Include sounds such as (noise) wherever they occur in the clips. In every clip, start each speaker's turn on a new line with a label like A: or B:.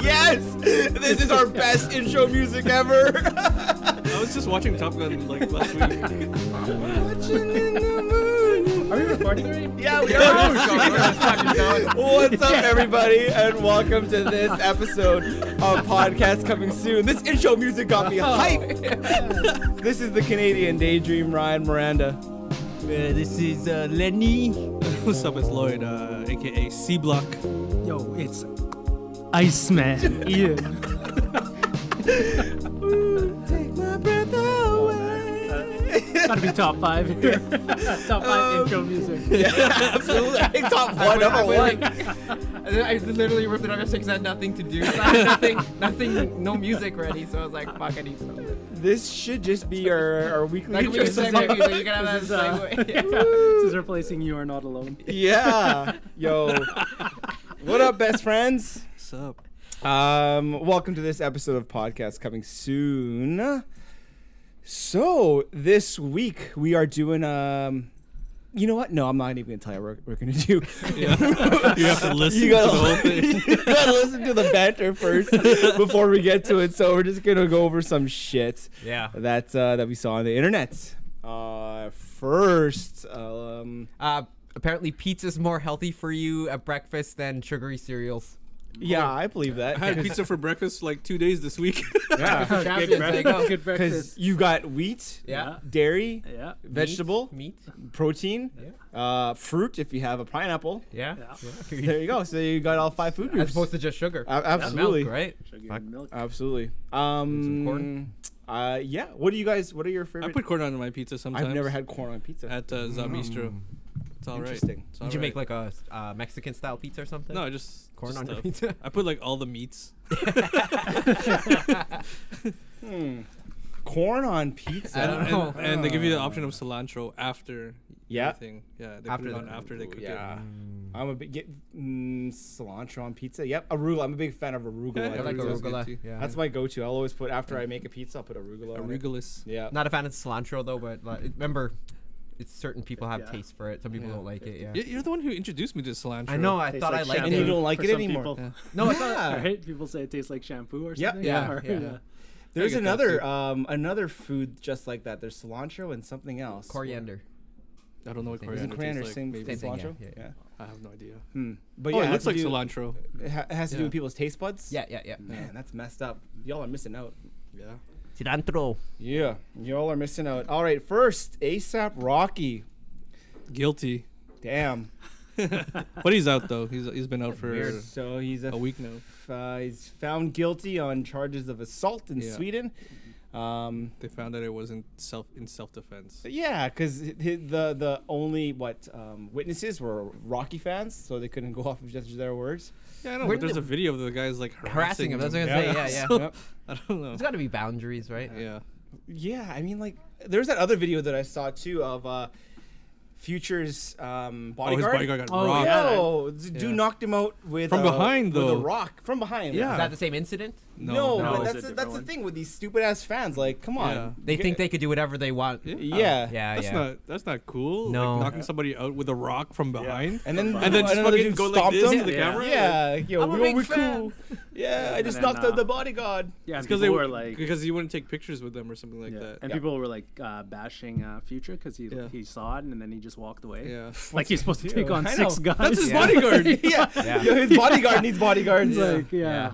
A: yes! This is our
B: (laughs)
A: best intro music ever!
B: I was just watching Top Gun like last week.
C: Are we recording (laughs) already?
A: yeah, we
B: (laughs)
A: are! What's up, everybody, and welcome to this episode of Podcast Coming Soon. This intro music got
B: Oh.
A: me hyped! (laughs) This is the Canadian Daydream, Ryan Miranda.
D: this is uh, Lenny.
B: (laughs) What's up? It's Lloyd, uh, aka C Block.
C: (laughs) Yo, it's Iceman. (laughs) Yeah.
A: Take my breath
B: Oh, (laughs)
A: away.
C: Gotta be top five here. (laughs) top
B: Um,
C: five intro
B: (laughs)
C: music.
A: yeah, absolutely. I think (laughs) top one, number one.
E: And then I literally ripped it up yesterday because I had nothing to do. (laughs) So I had nothing, nothing, no music ready. So I was like, fuck, I
C: (laughs)
E: need something.
A: This should just be our, our weekly
E: Like, we
A: intro
C: is-
E: can
A: (laughs)
E: segue music. You can have that
C: This is,
E: as a
C: uh,
E: segue.
C: (laughs)
E: (laughs)
C: this is replacing You Are Not Alone.
A: Yeah. Yo. what up, best friends?
B: What's up?
A: Um, welcome to this episode of podcast coming soon. So this week we are doing um you know what? No, I'm not even gonna tell you what we're gonna do. (laughs)
B: Yeah. (laughs)
E: (laughs)
B: you have to listen
A: You gotta-
B: to the whole thing.
A: you gotta listen to the banter first before we get to it. So we're just gonna go over some shit
E: Yeah.
A: that uh, that we saw on the internet. Uh, first, um,
E: Uh, apparently, pizza's more healthy for you at breakfast than sugary cereals.
A: yeah, I believe that.
B: I had pizza for breakfast like two days
E: (laughs)
B: this week. (laughs)
A: Yeah, (laughs)
E: Champions,
C: Good
E: there you
C: breakfast.
E: go.
C: Good
A: because
C: breakfast.
A: you got wheat,
E: Yeah.
A: dairy,
C: Yeah.
A: vegetable,
E: Meat.
A: protein, uh, fruit if you have a pineapple.
E: Yeah. (laughs)
C: Yeah.
A: there you go. So you got all five food
E: As
A: groups.
E: opposed to just sugar.
A: A-
E: And
A: absolutely,
E: Milk, right?
C: Sugar and milk.
A: Absolutely. Um,
E: some corn.
A: Uh, yeah. What do you guys? What are your
B: I
A: favorite?
B: put corn on my pizza sometimes.
A: I've never had corn on pizza.
B: at uh, Zabistro. It's all right.
A: Interesting.
B: It's all
E: Mm. Did you make
B: right.
E: like a uh, Mexican style pizza or something?
B: No, I just
E: corn
B: just
E: on your
B: stuff. (laughs)
E: pizza? (laughs)
B: I put like all the meats.
A: corn on pizza.
E: I don't (laughs)
B: and,
E: know.
B: and- and they give you the option of cilantro after.
A: Yeah.
B: everything. Yeah. They
E: After
B: put it on
E: the-
B: after they cook
A: yeah.
B: it.
A: I'm a big get mm, cilantro on pizza. Yep, arugula. I'm a big fan of arugula.
B: Yeah,
A: on
E: I like
B: Arugula's
A: pizza.
B: good
E: arugula.
B: too.
E: Yeah.
A: That's my go-to. I'll always put after I make a pizza. I'll put arugula. on it.
B: Arugulus.
A: Yeah.
E: Not a fan of cilantro though, but like, remember, it's certain people have
C: Yeah.
E: taste for it. Some people don't like it. Yeah.
B: Y- You're the one who introduced me to cilantro.
E: I know. I
C: Tastes
E: thought I liked
A: And you
C: shampoo
E: it.
A: don't like
C: for
A: it
C: some
A: anymore.
C: people.
B: Yeah.
E: No, it's not.
A: Yeah.
C: Right? People say it tastes like shampoo or
A: Yeah,
C: something.
E: yeah,
C: Or-
E: yeah.
A: There's
B: get that
A: another
B: too.
A: um another food just like that. There's cilantro and something else.
E: Coriander.
B: I don't know what
A: Is
B: coriander
A: it coriander
B: tastes like.
A: same,
B: Maybe.
A: same
E: Same thing,
A: cilantro?
E: yeah, yeah, yeah.
B: I have no idea.
A: Hmm. But
B: oh,
A: yeah,
B: it
A: it
B: looks
A: has
B: like
A: to do-
B: cilantro.
A: It ha- it has to do
B: Yeah.
A: with people's taste buds.
E: Yeah, yeah, yeah.
A: Man, that's messed up. Y'all are missing out.
B: Yeah.
D: Cilantro.
A: Yeah, y'all are missing out. All right, first ASAP Rocky.
B: Guilty.
A: Damn.
B: But he's out though. He's
E: (laughs)
B: he's been out (laughs) for
A: So he's a,
B: a week now.
A: Uh, he's found guilty on charges of assault in
B: Yeah.
A: Sweden. Um,
B: They found that it wasn't self in self defense.
A: but yeah, because the the only what um, witnesses were Rocky fans, so they couldn't go off of just their words.
B: Yeah, I know.
E: Where
B: But there's
E: did
B: a video of the guys like
E: Harassing
B: harassing,
E: him. That's what I was
A: Yeah.
E: gonna say. Yeah, yeah.
B: (laughs) So,
A: (laughs) Yep.
B: I don't know.
E: There's got to be boundaries, right?
B: Yeah.
A: Yeah, I mean, like, there's that other video that I saw too of uh, Future's um,
B: Oh, his
A: bodyguard.
B: bodyguard got
C: Oh,
B: robbed.
C: yeah.
A: Yo, this dude
B: Yeah.
A: knocked him out with
B: From
A: uh,
B: behind,
A: with a
B: though.
A: rock from behind.
B: Yeah.
E: Is that the same incident?
A: No, but that's
C: No, it's a
A: the,
C: different
A: that's the
C: one.
A: thing with these stupid ass fans. Like, come on.
B: Yeah.
E: They think they could do whatever they want.
B: Yeah.
A: Yeah.
E: Yeah,
B: That's
E: yeah.
B: not that's not cool.
E: No.
B: Like knocking somebody out with a rock from behind.
A: And then
B: And then just
A: another
B: fucking
A: dude
B: go like
A: stomped
B: this
A: him.
B: to the
A: yeah.
B: camera?
A: Yeah, yo,
E: I'm a
A: we
E: big
A: we
E: fan.
A: cool. Yeah, I
C: And
A: just
C: then,
A: knocked out
C: uh,
A: the bodyguard.
C: Yeah,
B: It's
C: and
B: because
C: people
B: they
C: were
B: were
C: like,
B: because he wouldn't take pictures with them or something like
C: yeah.
B: that.
C: and
A: Yeah.
C: people were like uh, bashing uh, Future because he
B: Yeah.
C: he saw it and then he just walked away.
E: (laughs)
B: Yeah.
C: like he's supposed to
A: do?
C: take on
A: I
C: six
A: know.
C: guys.
B: That's
C: (laughs)
B: his bodyguard.
A: yeah.
E: Yeah.
A: yo, his bodyguard needs bodyguards.
C: It's like, yeah.
E: Yeah.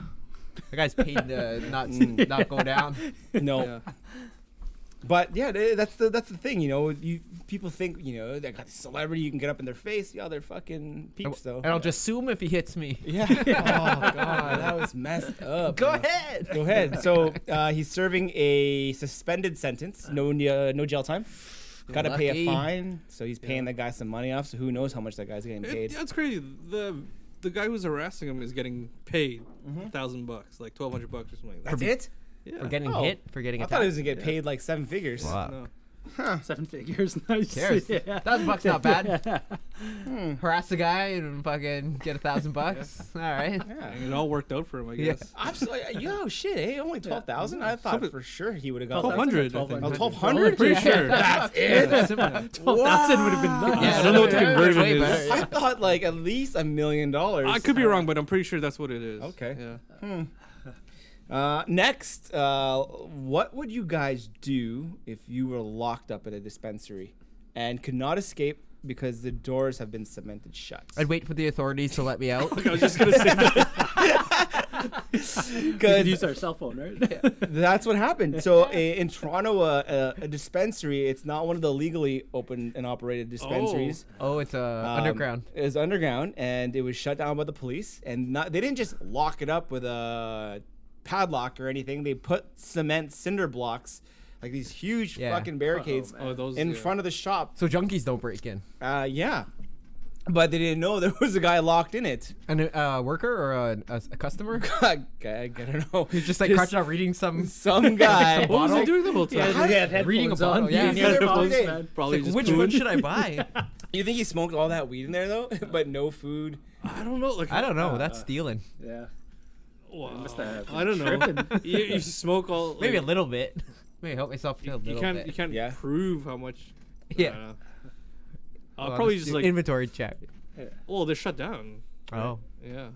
E: The guy's paid to not not go down.
A: no,
B: Yeah.
A: but yeah, th- that's the that's the thing. You know, you people think you know they got this celebrity you can get up in their face. Yeah, they're fucking peeps though.
E: And I'll just assume if he hits me.
A: (laughs) yeah. oh god, (laughs) that was messed up.
E: Go
A: man.
E: ahead.
A: (laughs) Go ahead. So uh, he's serving a suspended sentence, no uh, no jail time. Got to pay a
E: Lucky.
A: fine, so he's paying that guy some money off. So who knows how much that guy's getting
B: It,
A: paid?
B: that's crazy. The the guy who's harassing him is getting paid
E: Mm-hmm.
B: a thousand bucks, like twelve hundred bucks or something. Like that.
A: That's it.
B: Yeah.
E: For getting
A: Oh.
E: hit, for getting
A: I thought
E: attacked.
A: he was gonna get paid like seven figures.
E: Fuck.
B: No.
C: Seven figures. (laughs) Nice.
F: cares?
C: Yeah.
F: Thousand bucks not
C: (laughs)
F: bad. Harass a guy and fucking get a thousand bucks. All right.
B: It all worked out for him, I
F: Yeah.
C: Oh,
B: guess.
A: I'm so like, yo, shit, eh? Only 12,000? I thought for sure he would have gone.
B: 1200, I
E: Oh,
B: think.
A: 1200?
E: (laughs)
B: Pretty sure.
A: That's
C: (laughs)
A: it.
C: Twelve thousand would have been nice.
B: I don't know what the
F: Yeah,
B: conversion
F: way
B: is.
F: better,
A: I thought like at least a million dollars.
B: I could be wrong, but I'm pretty sure that's what it is.
A: Okay.
B: Yeah.
A: Uh, next, uh, what would you guys do if you were locked up at a dispensary and could not escape because the doors have been cemented shut?
F: I'd wait for the authorities to let me out.
B: I was just gonna say that.
C: We
A: Because
C: could use our cell phone, (laughs) right?
A: that's what happened. So a, in Toronto, uh, a, a dispensary, it's not one of the legally open and operated dispensaries.
F: Oh, it's uh,
A: Um,
F: underground.
A: It was underground, and it was shut down by the police. And not, they didn't just lock it up with a padlock or anything. They put cement cinder blocks, like these huge
F: Yeah.
A: fucking barricades,
B: Oh, those
A: in
B: yeah.
A: front of the shop.
F: So junkies don't break in.
A: Uh, yeah, but they didn't know (laughs) there was a guy locked in it. (laughs)
F: An uh, worker or a, a, a customer? (laughs)
A: I, I don't know. (laughs)
F: He's just like crouching out reading some.
B: (laughs)
A: some guy.
B: What was he doing the whole time? (laughs)
C: just had
F: Reading a
C: headphones
F: bottle,
C: on,
F: yeah.
C: using
A: Yeah,
C: their
A: they're
C: phones,
A: both-
C: man.
B: Probably
F: Like,
B: just
F: which
B: doing-
F: one should I buy?
A: you think he smoked all that weed in there though, (laughs) but no food?
B: I don't know. Like
F: I don't know. That's stealing.
C: Yeah.
B: Wow.
C: must have
B: I don't know. (laughs) you, you smoke all.
D: Maybe a
B: like,
D: little bit.
F: (laughs) Maybe help myself to a
B: You
F: little
B: can't. You
F: bit.
B: can't
A: Yeah.
B: prove how much. I don't
F: yeah.
B: know. I'll
F: Well,
B: probably
F: let's
B: just
F: do
B: like.
F: inventory check.
B: well, they're shut down.
F: Oh.
B: Yeah.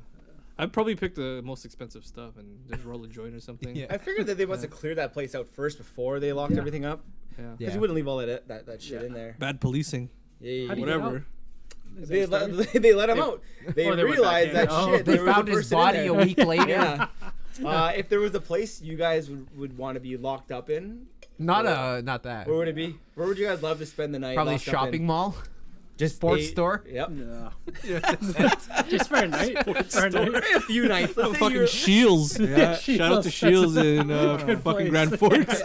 B: I'd probably pick the most expensive stuff and just roll a joint or something.
F: Yeah.
A: I figured that they must have cleared that place out first before they locked everything up.
B: Yeah.
A: Because you wouldn't leave all that that, that shit in there.
B: Bad policing.
A: Yeah, yeah,
C: How do
A: yeah.
C: you get out?
B: Whatever.
C: Is
A: They
C: that a
A: let,
C: story?
A: (laughs) they let him out. They
C: Oh, they went
A: realized that
C: back in.
A: (laughs)
C: Oh,
A: shit.
F: They
A: there was
F: found
A: a
F: his
A: person in
F: body
A: there.
F: a week later.
A: Yeah. Uh, if there was a place you guys would, would want to be locked up in,
F: Not uh, not that.
A: where would it be? Where would you guys love to spend the night?
F: Probably
A: locked up
F: shopping
A: in?
F: mall.
A: Just
F: sports
A: a-
F: store?
A: Yep.
C: (laughs) No. (laughs) Just for a night. For (laughs) a night.
A: a few nights. Let's say
B: fucking
A: you're,
B: Shields. Shout out to
C: That's
B: Shields
C: a
B: in uh,
C: good place.
B: fucking Grand Forks.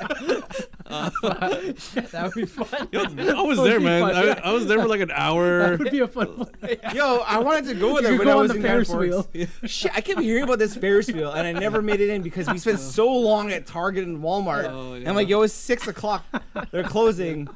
F: that would be fun.
B: Yo, (laughs) I was
C: would
B: there,
C: be
B: man.
C: fun,
B: I,
C: yeah.
B: I was there for like an hour.
C: That would be a fun place.
A: (laughs) yo, I wanted to go
C: You
A: there,
C: could
A: but I
C: go on
A: was
C: the
A: in Grand
C: Ferris
A: Forks.
C: wheel.
A: (laughs) Shit, I kept hearing about this Ferris wheel, and I never made it in because we spent so long at Target and Walmart.
B: Oh,
A: And I'm like,
B: yeah.
A: yo, it's six o'clock. They're closing.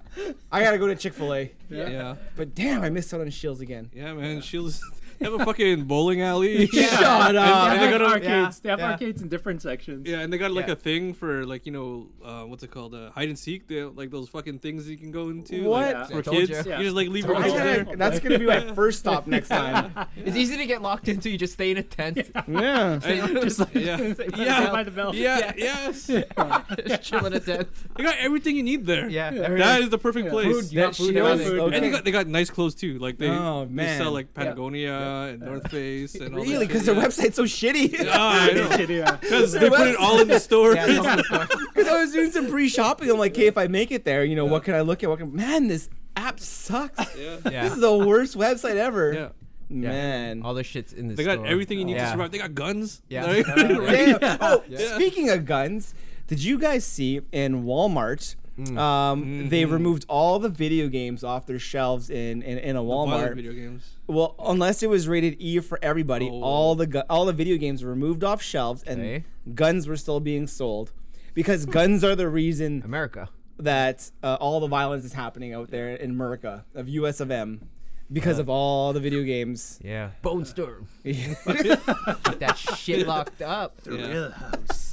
A: I gotta go to Chick Fil A.
B: Yeah. yeah.
A: But damn, I missed out on Shields again.
B: man. Shields. They have a fucking bowling alley.
A: Shut up.
C: They
B: And they
C: have
B: got a,
C: arcades. They have
A: yeah.
C: arcades in different sections. (laughs)
B: yeah, and they got like
A: Yeah.
B: a thing for like you know uh, what's it called uh, hide and seek. They, like those fucking things you can go into.
A: What?
B: like,
A: Yeah,
F: I
B: for
F: told
B: kids?
F: you.
B: You.
C: Yeah.
B: just like leave your
A: I
B: kids there.
A: (laughs) gotta- that's gonna be my first stop next time.
F: It's easy to get locked into. You just stay in a tent.
A: (laughs) Yeah.
B: And-
F: just like
C: (laughs)
B: yeah.
C: Saved by
B: Yeah.
C: the bell.
B: Yeah. Yes. You (laughs)
F: just chill in a tent.
B: got everything you need there.
F: Yeah.
B: That is the perfect place.
F: Food, you got
A: That
F: food,
A: shit
F: everything.
A: was-
B: And they
A: Okay.
B: got, they got nice clothes too. Like they,
A: Oh,
B: they sell
A: man.
B: like Patagonia and North Face and all
A: Really?
B: that
A: Because
B: shit,
A: their website's so shitty. (laughs)
B: yeah.
C: (laughs)
B: Ah, I know.
C: Shit, yeah. (laughs)
B: 'Cause they put it all in the store.
F: Yeah,
B: (laughs)
F: it's all the fuck.
A: Because I was doing some pre-shopping. I'm like, okay, if I make it there, you know, what can I look at? What can man, this app sucks.
B: yeah.
A: This is
F: yeah.
A: the worst website ever.
B: Yeah.
A: Man.
F: All the shit's in the
B: They
F: store.
B: got everything you need to
F: Yeah.
B: survive. They got guns.
F: Yeah.
B: Right? (laughs)
F: Yeah.
A: (laughs)
B: Right?
A: Damn. Oh,
B: Yeah.
A: speaking of guns, did you guys see in Walmart? Um, They removed all the video games off their shelves in in, in a
B: Violent
A: Walmart.
B: Video games.
A: Well, unless it was rated E for everybody,
B: Oh.
A: all the gu- all the video games were removed off shelves, and
F: Okay.
A: guns were still being sold. Because guns are
F: (laughs)
A: the reason
F: America.
A: that uh, all the violence is happening out there in America, of U.S. of M, because of all the video games.
F: Uh. (laughs)
A: (laughs)
F: Yeah. Bone storm.
A: Yeah.
F: Get that shit
B: (laughs)
F: locked up.
C: (laughs)
B: Yeah.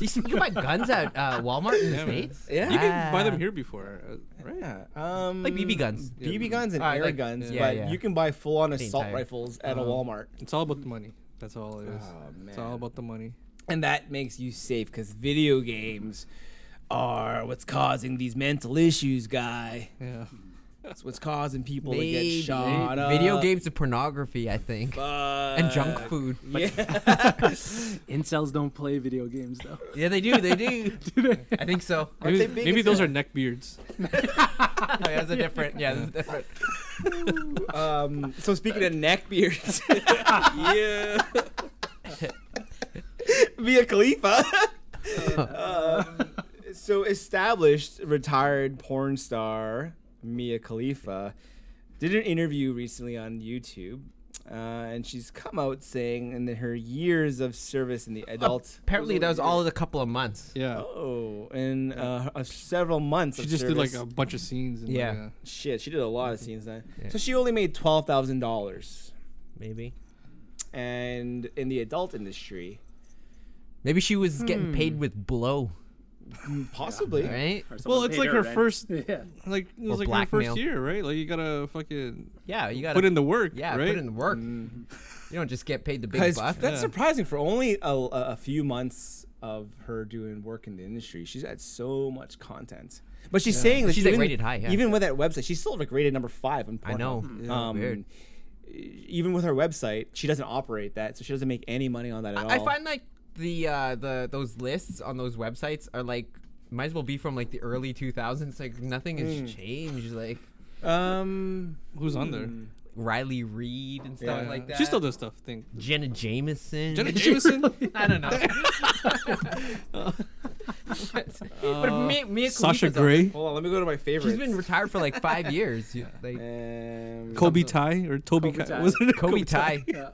F: You see, you can buy guns at uh, Walmart in the
B: Yeah, man.
F: states.
B: You can buy them here before. uh, Right?
A: Yeah, um,
F: Like BB guns.
A: BB guns and
F: Alright,
A: air
F: like-
A: guns,
F: yeah,
A: but
F: yeah. Uh-huh.
A: you can buy full-on assault
F: entire-
A: rifles at a Walmart,
B: It's all about the money. That's all it is.
A: Oh,
B: It's all
A: man.
B: about the money.
A: and that makes you safe because video games are what's causing these mental issues, guy.
B: Yeah.
A: That's what's causing people to
F: Maybe.
A: get shot up.
F: Video games and pornography, I think. and junk
A: Fuck.
F: food.
A: Yeah.
C: Incels don't play video games though.
F: Yeah, they do. They do.
B: (laughs)
F: I think so. Oh,
A: Aren't they
B: Maybe,
A: big
B: maybe
A: as
B: those
A: a-
B: are neck beards.
F: yeah, that's a different. Yeah, that's different.
A: (laughs) um, so speaking of neck beards, (laughs) yeah, (laughs) Mia Khalifa. um, so established retired porn star Mia Khalifa did an interview recently on YouTube Uh, and she's come out saying, in the- her years of service in the adult.
E: Apparently, that was all a couple of months.
B: Yeah.
A: Oh, in uh, uh, several months.
B: She
A: of
B: just did like
A: service.
B: a bunch of scenes. And
E: Yeah.
B: Like uh, a,
A: Shit, she did a lot of scenes then.
E: Yeah.
A: So she only made twelve thousand dollars,
E: Maybe.
A: and in the adult industry,
E: Maybe she was getting paid with blow,
A: possibly.
E: right?
G: Or someone
B: well, it's
G: paid
B: like her
G: rent.
C: (laughs)
B: (laughs) first,
C: Yeah.
B: like it
E: Or
B: was like her first
E: blackmail.
B: year, right? Like you gotta fucking
E: Yeah, you gotta
B: put in the work,
E: yeah,
B: right?
E: put in the work.
C: Mm-hmm.
E: You don't just get paid the big
A: Guys,
E: buff.
A: that's
B: Yeah.
A: surprising for only a, a, a few months of her doing work in the industry. She's had so much content, but she's saying that
E: She's, like,
A: even-
E: rated high, yeah.
A: Even with that website, she's still like rated number five. On
E: I know.
A: Pornhub.
B: Mm-hmm.
E: Yeah,
A: um,
E: weird.
A: Even with her website, she doesn't operate that, so she doesn't make any money on that at all.
E: I find like the uh, the those lists on those websites are like might as well be from like the early 2000s. Like nothing has
C: Mm.
E: changed. Like
A: um,
B: Who's on there?
E: Riley Reed and stuff
A: Yeah.
E: Mm, like that.
B: She still does stuff.
E: (laughs)
B: I Think
E: Jenna Jameson. (laughs)
B: Jenna Jameson.
C: I don't know.
E: but Mia, Mia
B: Sasha
E: Khalifa's on-
B: Grey,
A: hold on, let me go to my favorites.
E: She's been retired for like (laughs) five years. You- Like
A: Um,
B: Kobe Ty or Toby
C: Kobe
B: Kai.
C: Ty.
B: Was it
E: Kobe
C: (laughs)
E: Ty.
C: Yeah.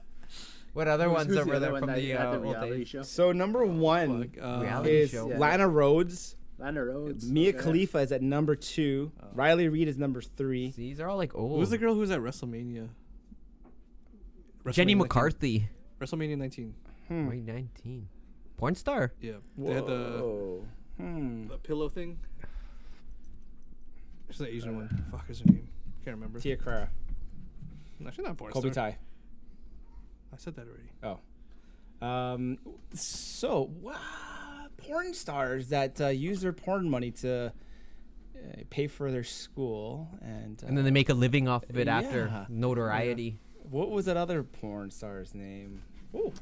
E: What other
C: Who's-
E: ones
C: who's
E: that were
C: other
E: there
C: one
E: from
C: that
E: the
C: you had
E: uh,
C: the
E: old
C: reality
E: days?
C: show?
A: So number one
B: Uh,
E: Reality
A: is
E: show.
C: Yeah.
A: Lana Rhodes.
C: Lana Rhodes.
A: Mia
C: okay.
A: Khalifa is at number two. Riley Reed is number three.
E: These are all like old.
B: Who's the girl who was at WrestleMania?
E: Jenny
B: WrestleMania 19.
E: McCarthy.
B: WrestleMania 19.
E: Wait, 19. Porn star.
B: Yeah. They had the,
A: Whoa. Hmm.
B: the pillow thing. It's the Asian one. Fuck is her name? Can't remember.
A: Tia Carrera,
B: Actually, not porn
A: Kobe
B: star.
A: Ty. Oh.
B: I said that already.
A: Um, so, wow, porn stars that uh, use their porn money to uh, pay for their school and, uh,
E: And then they make a living off of it
A: Yeah.
E: after notoriety.
A: what was that other porn star's name? Oh,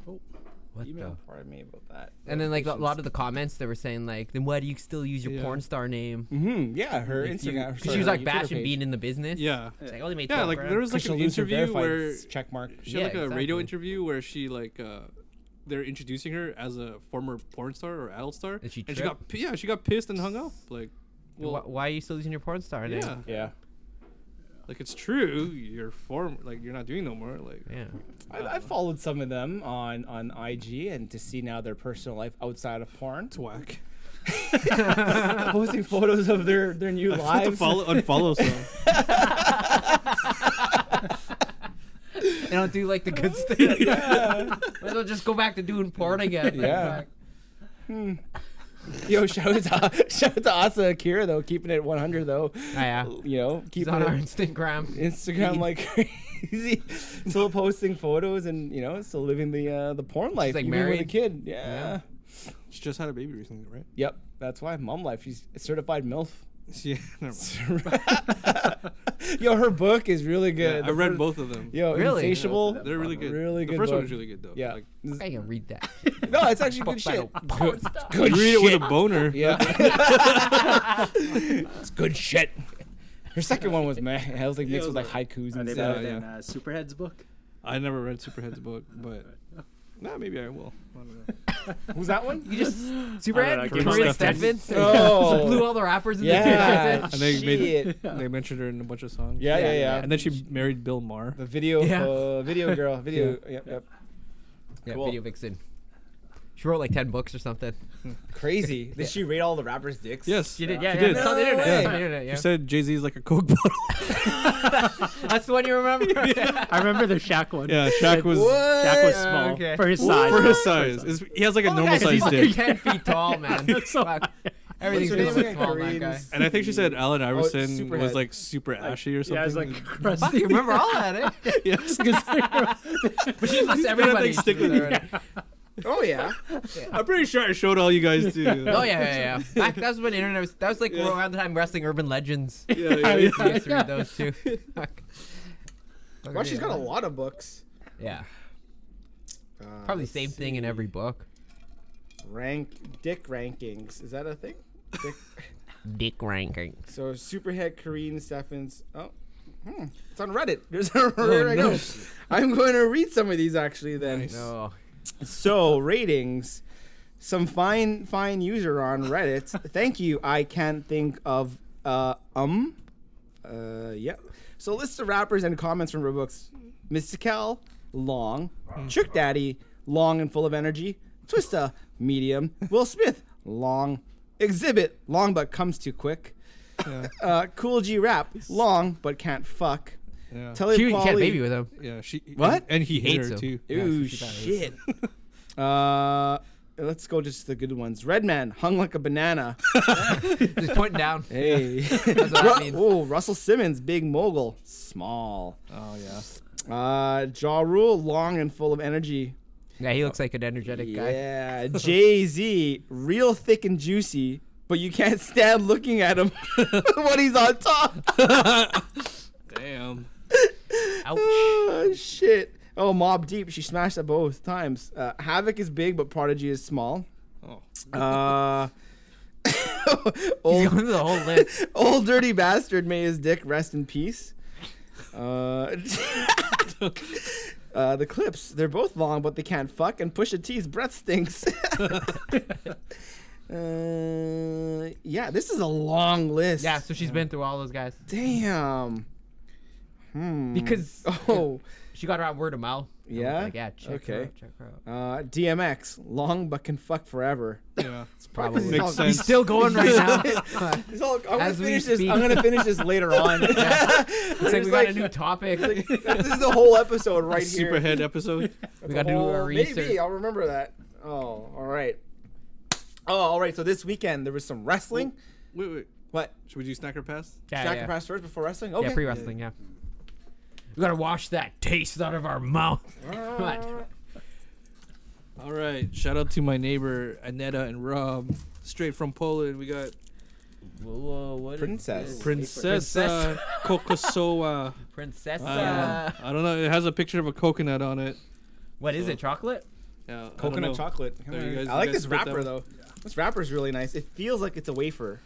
E: What
A: email pardon me about that.
E: the? And then like a lot of the comments they were saying like, then why do you still use your
B: Yeah.
E: porn star name?
A: Mm-hmm. Yeah, her
E: Like, you-
A: Instagram.
E: 'cause
A: sorry,
E: she was
A: her
E: like
A: YouTube
E: bashing
A: page.
E: being in the business.
B: Yeah.
E: It's like, I only made
B: Yeah,
E: 12
B: like
E: grand."
B: there was like
A: Christian
B: an
A: Lucer
B: interview
A: verified
B: where
A: s- check mark.
B: she had
E: Yeah,
B: like a radio
E: exactly.
B: interview where she like uh they're introducing her as a former porn star or adult star.
E: Did she
B: and she got p- yeah, she got pissed and hung up. Like
E: Wh-
B: well,
E: why are you still using your porn star name?
B: yeah.
A: Yeah,
B: Like it's true, you're form like you're not doing no more. Like
E: Yeah.
A: I, I followed some of them on on IG and to see now their personal life outside of porn,
E: (laughs)
B: it's whack.
A: (laughs)
B: (laughs)
A: posting photos of their their
E: (laughs)
A: new
B: I have to
A: lives. (laughs)
B: follow unfollow some.
E: They don't do like the (laughs) good stuff. Might as well just go back to doing porn again. Ah,
A: Yeah. Hmm. Yo, shout out, (laughs) shout out to Asa Akira though, keeping it 100 though.
E: Oh, yeah.
A: You know,
E: He's
A: keeping
E: on our
A: it (laughs)
E: Instagram.
A: Instagram like crazy, still posting photos and you know, still living the uh, the porn life.
E: like,
A: even with a
E: married?
A: kid. Yeah.
B: She just had a baby recently, right?
A: Yep, that's why mom life. She's a certified milf.
B: (laughs) Yeah, never mind.
A: Yo, her book is really
B: Yeah,
A: good.
B: I read both of them.
A: Yo,
E: Really?
A: insatiable.
B: They're really good.
A: Really
B: The
A: good
B: first one
A: book.
B: was really good though.
A: Yeah.
B: Like,
A: This-
E: I can read that.
A: No, it's actually good shit.
E: Fuck that old
A: Good,
E: porn star.
A: good
B: read it with a
A: shit.
B: boner. (laughs)
A: Yeah. (laughs) it's good shit. Her second one was meh. It was like mixed
C: it
A: with
C: was
A: like haikus
C: Are
A: and
C: they
A: stuff.
C: better than
B: yeah.
C: uh, Superhead's book?
B: I never read Superhead's book, but nah, maybe I will. I don't know.
A: Who's that one?
E: You just
G: I
E: Superhead,
G: don't know, give me
E: Gloria
G: stuff. (laughs)
E: Steffens,
A: Oh.
E: (laughs) blew all the rappers in
A: Yeah.
E: the 2000s.
B: And they made-
A: Shit.
B: They mentioned her in a bunch of songs.
A: Yeah, yeah, yeah.
B: And then she married Bill Maher.
A: The video,
E: Yeah.
A: uh, video girl, video. Yep, yep.
E: Yeah,
A: Cool.
E: video vixen. She wrote like ten books or something.
A: Crazy. Did she rate all the rappers' dicks?
B: Yes.
E: She did, yeah,
B: She
E: yeah.
B: did.
E: It's on the
A: No
E: internet.
A: way.
E: It's on the internet. Yeah.
B: She said Jay Z is like a Coke bottle.
E: That's the one you (laughs) remember.
C: (laughs) I remember the Shaq one.
B: yeah, Shaq was
C: Shaq was small
E: okay.
C: for his size.
B: for his size. It's, he has like a normal
E: Guys, he's like
B: size dick.
E: ten feet tall, man.
C: That's so
E: Fuck.
C: high.
E: Everything's
A: What's her
E: been so
A: name
E: small, that
A: again? (laughs)
E: guy.
A: Kareem's-
B: And I think she said Alan Iverson
A: Superhead.
B: was like super ashy or something.
C: Yeah, I was like (laughs) crusty.
E: Fuck, you remember all that, eh?
C: (laughs)
B: yes.
E: But she lists
B: everything
E: everybody.
B: stick with her.
A: Oh yeah.
B: I'm pretty sure I showed all you guys too.
E: Oh yeah, yeah, yeah. Back, that was when internet was. That was like
B: Yeah.
E: around the time wrestling urban legends. Yeah,
B: yeah,
E: yeah,
B: yeah.
E: (laughs) yeah. read those too. Fuck.
A: Well, she's got a lot of books.
E: Yeah,
A: Uh,
E: probably
A: let's
E: same thing in
A: see.
E: every book.
A: rank dick rankings. Is that a thing?
E: (laughs)
A: Dick.
E: Dick ranking.
A: so Superhead, Kareem, Steffens. Oh, hmm. it's on Reddit. (laughs) There's there
E: Oh,
A: I go. I'm going to read some of these actually then.
E: No.
A: So ratings. Some fine fine user on Reddit. Thank you. I can't think of uh um. Uh yeah. So list of rappers and comments from Roblox Mystical, long.
E: Hmm.
A: Trick Daddy, long and full of energy. Twista, medium. Will Smith, long. Exhibit, long but comes too quick. Uh, cool G Rap, long but can't fuck.
B: Yeah.
A: Telly
E: She even can't
A: Polly-
E: baby with him.
B: yeah. She
A: What?
B: And, and he hated
E: Hates
B: her
E: him.
B: too.
A: Ooh,
E: she kinda
A: shit.
E: (laughs)
A: uh, let's go just the good ones. Redman hung like a banana.
E: Just pointing down.
A: (laughs) Hey.
E: (laughs) That's what that means.
A: oh, Russell Simmons, big mogul, small.
B: Oh yeah.
A: Uh, Jaw Rule, long and full of energy.
E: Yeah, he looks like an energetic guy.
A: Yeah, Jay Z, real thick and juicy, but you can't stand looking at him (laughs) when he's on top. (laughs)
B: Damn.
E: Ouch. (laughs)
A: Oh, shit. Oh, Mob Deep, she smashed that both times. Uh, Havoc is big, but Prodigy is small.
B: Oh.
A: Uh, (laughs)
E: He's
A: old,
E: going to the whole
A: (laughs)
E: list.
A: old dirty bastard, may his dick rest in peace. Uh, (laughs) uh, the clips, they're both long, but they can't fuck, and Pusha T's breath stinks. (laughs) uh, yeah, this is a long list.
E: Yeah, so she's been through all those guys.
A: Damn. Hmm.
E: Because
A: (laughs) Oh.
E: she got her out word of mouth. I was
A: Yeah?
E: Like, yeah, check
A: Okay.
E: her out, check her out.
A: Uh, DMX, long but can fuck forever.
B: Yeah.
A: Probably.
B: Makes
A: He's
B: sense.
E: He's still
A: (laughs)
E: going right (laughs) now.
A: He's all, I'm gonna
E: As we
A: finish this.
E: speak.
A: I'm gonna finish this later
E: (laughs)
A: on.
E: It's like
A: It's
E: we got
A: like-
E: a new topic.
A: (laughs) this is the whole episode right here.
B: Superhead episode.
E: we got to do our
A: Oh,
E: research.
A: Maybe I'll remember that. Oh, all right. Oh, all right. So this weekend there was some wrestling.
B: Wait, wait.
A: What?
B: Should we do snacker pass?
E: Yeah,
A: Shocker
E: yeah.
A: pass first before wrestling. Okay.
E: Yeah, pre wrestling, yeah. We gotta wash that taste out of our mouth. (laughs) Come on.
B: All right. Shout out to my neighbor Aneta and Rob, straight from Poland. We got
E: Whoa, whoa, what is
A: Princess.
B: Princessa (laughs) Kokosowa.
E: this? Princess.
B: I don't know.
E: Uh,
B: I don't know. It has a picture of a coconut on it.
E: what is it? Chocolate?
B: Yeah, I don't
A: Coconut
B: know.
A: chocolate. Come
B: There you
A: on.
B: guys-
A: I
B: you
A: like
B: guys
A: this
B: split that
A: wrapper
B: one.
A: though. This wrapper is really nice. It feels like it's a wafer.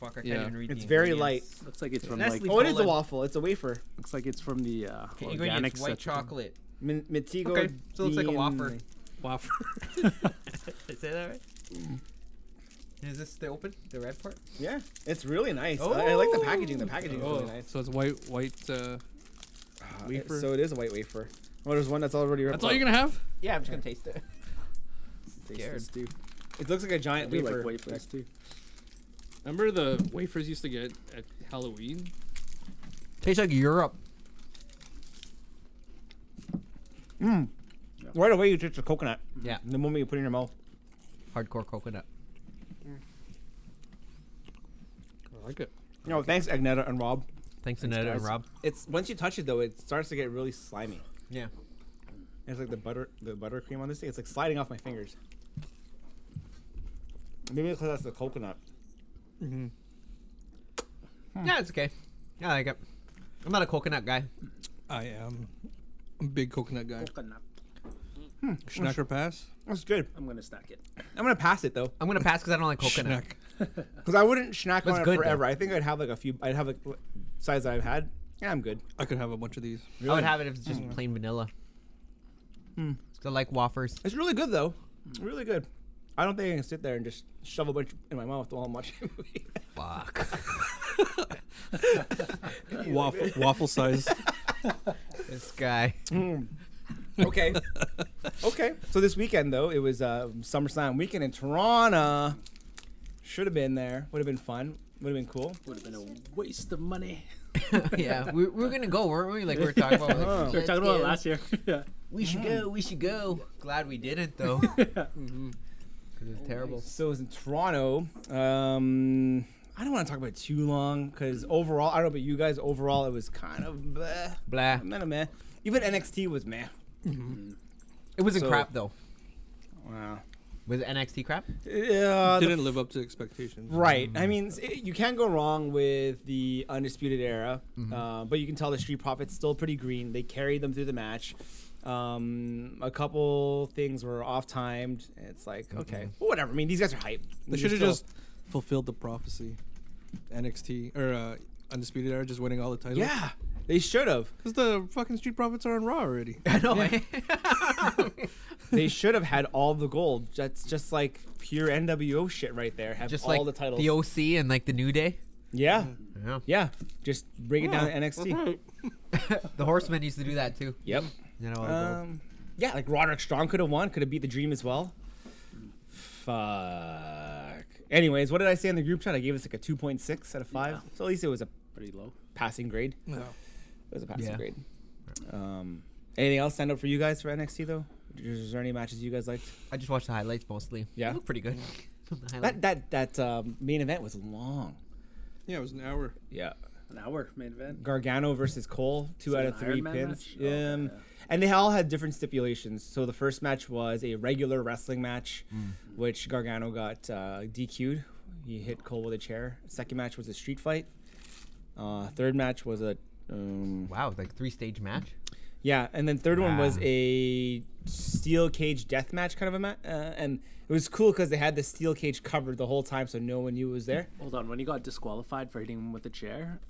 E: Fuck, I can't
B: Yeah.
E: even read
A: It's
E: the
A: very light.
E: ingredients.
C: Looks like it's from
E: Nestle
C: like
A: Oh, it is a
E: Poland.
A: waffle. It's a wafer.
C: looks like it's from the uh,
E: The
C: organic
E: ingredients white
C: section.
E: chocolate.
A: Min- Mitigo.
E: Okay, so it looks like a wafer.
A: Dean-
B: Waffle.
E: Did I say that right? Mm. Is this the open, the red part?
A: Yeah, it's really nice. I, I like the packaging. The packaging is
B: Oh,
A: really nice.
B: so it's white, white. Uh,
A: Uh,
B: wafer.
A: So it is a white wafer. Oh, there's one that's already.
B: that's all you're gonna have.
E: Yeah, I'm just gonna taste it.
A: Taste this, dude. It looks like a
C: I
A: giant
C: do
A: wafer.
C: like wafers too.
B: Remember the wafers used to get at Halloween?
E: Tastes like Europe.
A: Right away, you taste the coconut.
E: Yeah,
A: The moment you put it in your mouth.
E: hardcore coconut.
B: I like it.
A: No, thanks, Agneta and Rob.
E: Thanks, Aneta and
A: guys.
E: Rob.
A: It's once you touch it though, it starts to get really slimy.
E: Yeah.
A: It's like the butter, the buttercream on this thing. It's like sliding off my fingers. Maybe because that's the coconut.
E: Yeah, it's okay. I like it. I'm not a coconut guy.
B: I am a big coconut guy. Schnacker pass.
A: That's good.
C: I'm gonna stack it.
A: I'm gonna pass it though,
E: I'm gonna pass because I don't like coconut.
B: Schnack.
A: because I wouldn't snack
E: That's
A: on it
E: good, though.
A: forever. I think I'd have like a few. I'd have like l- size that I've had. Yeah, I'm good.
B: I could have a bunch of (laughs) these.
E: I would have it if it's just plain vanilla. 'Cause I like wafers.
A: It's really good though. Really good. I don't think I can sit there and just shove a bunch in my mouth while I'm (laughs) watching a movie.
E: Fuck.
B: Waffle, waffle size.
E: (laughs)
B: (laughs)
E: this (laughs) guy.
A: okay. Okay. So this weekend though, it was uh, SummerSlam weekend in Toronto. Should have been there. Would have been fun. Would have been cool.
C: Would have been a waste of money.
E: yeah, we, we were gonna go, weren't we? Like we were talking about. like,
A: Oh.
C: (laughs) We were
E: let's
C: talking about it
E: go.
C: last year. (laughs) yeah.
E: We should go. We should go. Glad we didn't though. Mm-hmm. Because it's terrible.
A: So it was in Toronto. Um, I don't want to talk about it too long because overall, I don't know about you guys. Overall, it was kind of bleh.
E: Blah.
A: Meh, meh. Even NXT was meh.
E: It wasn't
A: So-
E: crap though.
A: Wow.
E: Was it NXT crap? (laughs)
A: Yeah. the
B: Didn't live up to expectations.
A: Right. I mean, s- it- you can't go wrong with the Undisputed Era, uh, but you can tell the Street Profits still pretty green. They carried them through the match. Um, a couple things were off timed. It's like, okay, well, whatever. I mean, these guys are hype.
B: They should have just fulfilled the prophecy. NXT or uh, Undisputed Era just winning all the titles.
A: Yeah, they should have.
B: Because the fucking Street Profits are on Raw already.
E: I know. eh?
A: they should have had all the gold. That's just like pure NWO shit right there. Have
E: Just
A: all
E: like
A: the titles.
E: the OC and like the New Day.
A: yeah,
E: Yeah.
B: Mm-hmm.
A: yeah. Just break it down to NXT.
E: the Horsemen used to do that too.
A: Yep.
E: You know,
A: Um, yeah, like Roderick Strong could have won, could have beat the Dream as well. Fuck. Anyways, what did I say in the group chat? I gave us like a 2.6 out of 5. So at least it was a
C: Pretty low.
A: passing grade.
B: No.
A: It was a passing
E: Yeah.
A: grade. Um, anything else stand up for you guys for NXT though? Is there any matches you guys liked?
E: I just watched the highlights mostly.
A: Yeah.
E: They look pretty good. (laughs) The highlights.
A: That that that um, main event was long.
B: Yeah, it was an hour.
A: Yeah.
C: An hour main event.
A: Gargano versus Cole, two
C: Is it
A: out
C: an
A: of three
C: Iron Man
A: pins.
C: match? Oh,
A: um,
C: okay, yeah.
A: And they all had different stipulations. So the first match was a regular wrestling match,
C: Mm.
A: which Gargano got uh, DQ'd. He hit Cole with a chair. Second match was a street fight. Uh, third match was a um,
E: wow, like three stage match.
A: yeah, and then third one was
E: Ah.
A: a steel cage death match kind of a match, uh, and it was cool because they had the steel cage covered the whole time, so no one knew it was there.
C: Hold on, when he got disqualified for hitting him with a chair,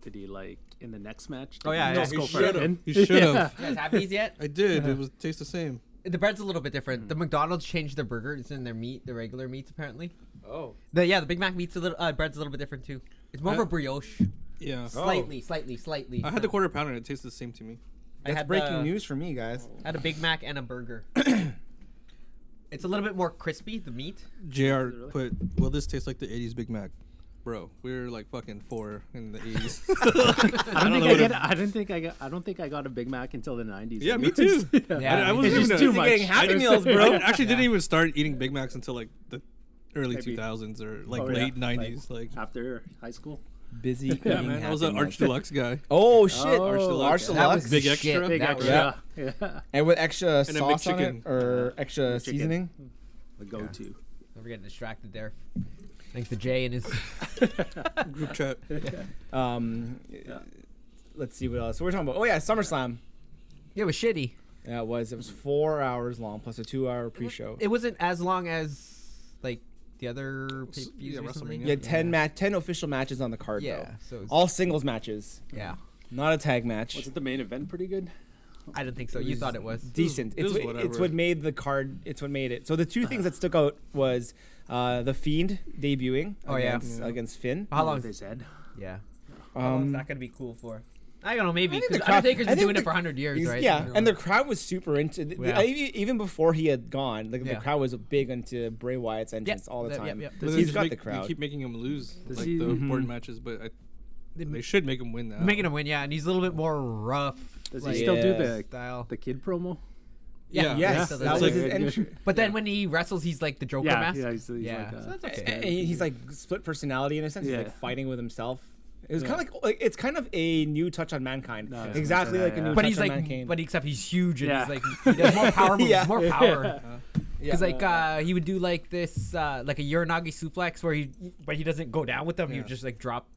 C: did he like in the next match?
E: Oh,
C: did
E: yeah,
C: he
E: yeah,
C: just
E: he
C: go for
E: should've.
C: it in?
B: You should have.
E: You guys have these yet?
B: I did. It was tastes the same.
E: (laughs) The bread's a little bit different. The McDonald's changed their burgers and their meat, the regular meats apparently.
H: Oh.
E: The yeah, the Big Mac meat's a little uh, bread's a little bit different too. It's more
B: Uh,
E: of a brioche,
B: Yeah.
E: slightly, slightly, slightly.
B: I had the quarter pounder. and It tastes the same to me.
E: I
A: That's
E: had
A: breaking
E: the-
A: news for me, guys.
E: Had a Big Mac and a burger. (coughs) it's a little bit more crispy, the meat.
B: Jr. put, "Will this taste like the '80s Big Mac?" Bro, we were like fucking four in the '80s.
C: I don't,
B: know
C: think I
B: what
C: get. I don't think I got. I don't think I got a Big Mac until the nineties. (laughs)
B: (laughs) Yeah, me too.
E: Yeah,
B: I
E: me
B: wasn't
A: You're
B: even
A: just
B: a-
A: busy getting Happy Meals,
B: I
A: bro.
B: actually didn't even start eating Big Macs until like the early
C: Maybe.
B: 2000s or like
C: Oh, yeah.
B: late 90s. Like,
C: (laughs) after high school.
A: (laughs) Busy. eating
B: yeah, man, I was an
A: Happy
B: Arch
A: Meals. (laughs)
B: Deluxe guy.
A: Oh shit!
C: Arch Deluxe.
A: Arch
C: That
A: Deluxe.
E: was
B: Big
E: shit.
B: extra?
E: That
C: Big
E: was-
C: extra. (laughs) Yeah,
A: and with extra
B: a
A: sauce on it
B: McChicken.
A: or extra seasoning.
C: the go-to.
E: We're getting distracted there. Thanks to Jay and his.
B: Group chat.
A: Um, let's see what else we're talking about. Oh yeah, SummerSlam.
E: It was shitty.
A: Yeah, it was. It was four hours long plus a two-hour pre-show.
E: It wasn't as long as like the other pay per
B: yeah,
E: views or something.
B: WrestleMania.
A: you had ten ma- ten official matches on the card
E: Yeah,
A: though.
E: so it's-
A: All singles matches,
E: Yeah,
A: not a tag match.
C: Wasn't the main event pretty good?
E: I didn't think so. You thought it was.
A: decent.
B: It was-
A: It's,
B: it was
A: what- it's
B: whatever.
A: what made the card. It's what made it. So the two
E: Uh-huh.
A: things that stuck out was uh, the Fiend debuting
E: Oh, yeah.
A: against,
B: Yeah.
A: against Finn.
E: How
C: With
E: long?
C: his head?
E: Yeah. How long's
A: Um,
E: that gonna be cool for? I don't know. Maybe
A: I think
E: because
A: the crowd-
E: Undertaker's
A: I
E: been
A: think
E: doing
A: the-
E: it for hundred years,
A: he's-
E: right?
A: yeah,
E: So-
A: and the crowd was super into. The,
E: Yeah.
A: the, even before he had gone, like,
E: Yeah.
A: the crowd was big into Bray Wyatt's entrance all the
E: Yep, yep,
A: time.
E: yep.
B: But they
A: He's
B: just
A: got
B: make-
A: the crowd.
B: They keep making him lose like
C: he-
B: the important matches, but I, they, should make him win now.
E: making him win. Yeah, and he's a little bit more rough.
C: Does
E: like,
C: he still do the
A: Yes.
E: style?
C: the kid promo?
B: Yeah.
E: Yeah,
A: Yes,
E: so
A: that
E: that's
A: was
B: like-
A: his
C: Yeah.
A: entry.
E: But then when he wrestles, he's like the Joker
C: Yeah,
E: mask.
C: yeah, he's- he's like, uh,
E: so (laughs) that's okay.
A: And he's like split personality in a sense. He's
C: Yeah.
A: like fighting with himself. It was kind of like, like it's kind of a new touch on mankind.
C: I was gonna
A: exactly
C: say
A: like
C: that,
A: a
C: yeah.
A: new
E: but
A: touch
E: he's
A: on
E: like,
A: mankind.
E: but except he's huge and
C: Yeah.
E: he's like, he does more power
A: (laughs)
E: moves,
A: Yeah. Uh-huh.
E: more power.
A: Yeah.
E: Because like uh, he would do like this, uh, like a Uranagi suplex where he, but he doesn't go down with them. You
B: Yeah.
E: just like drop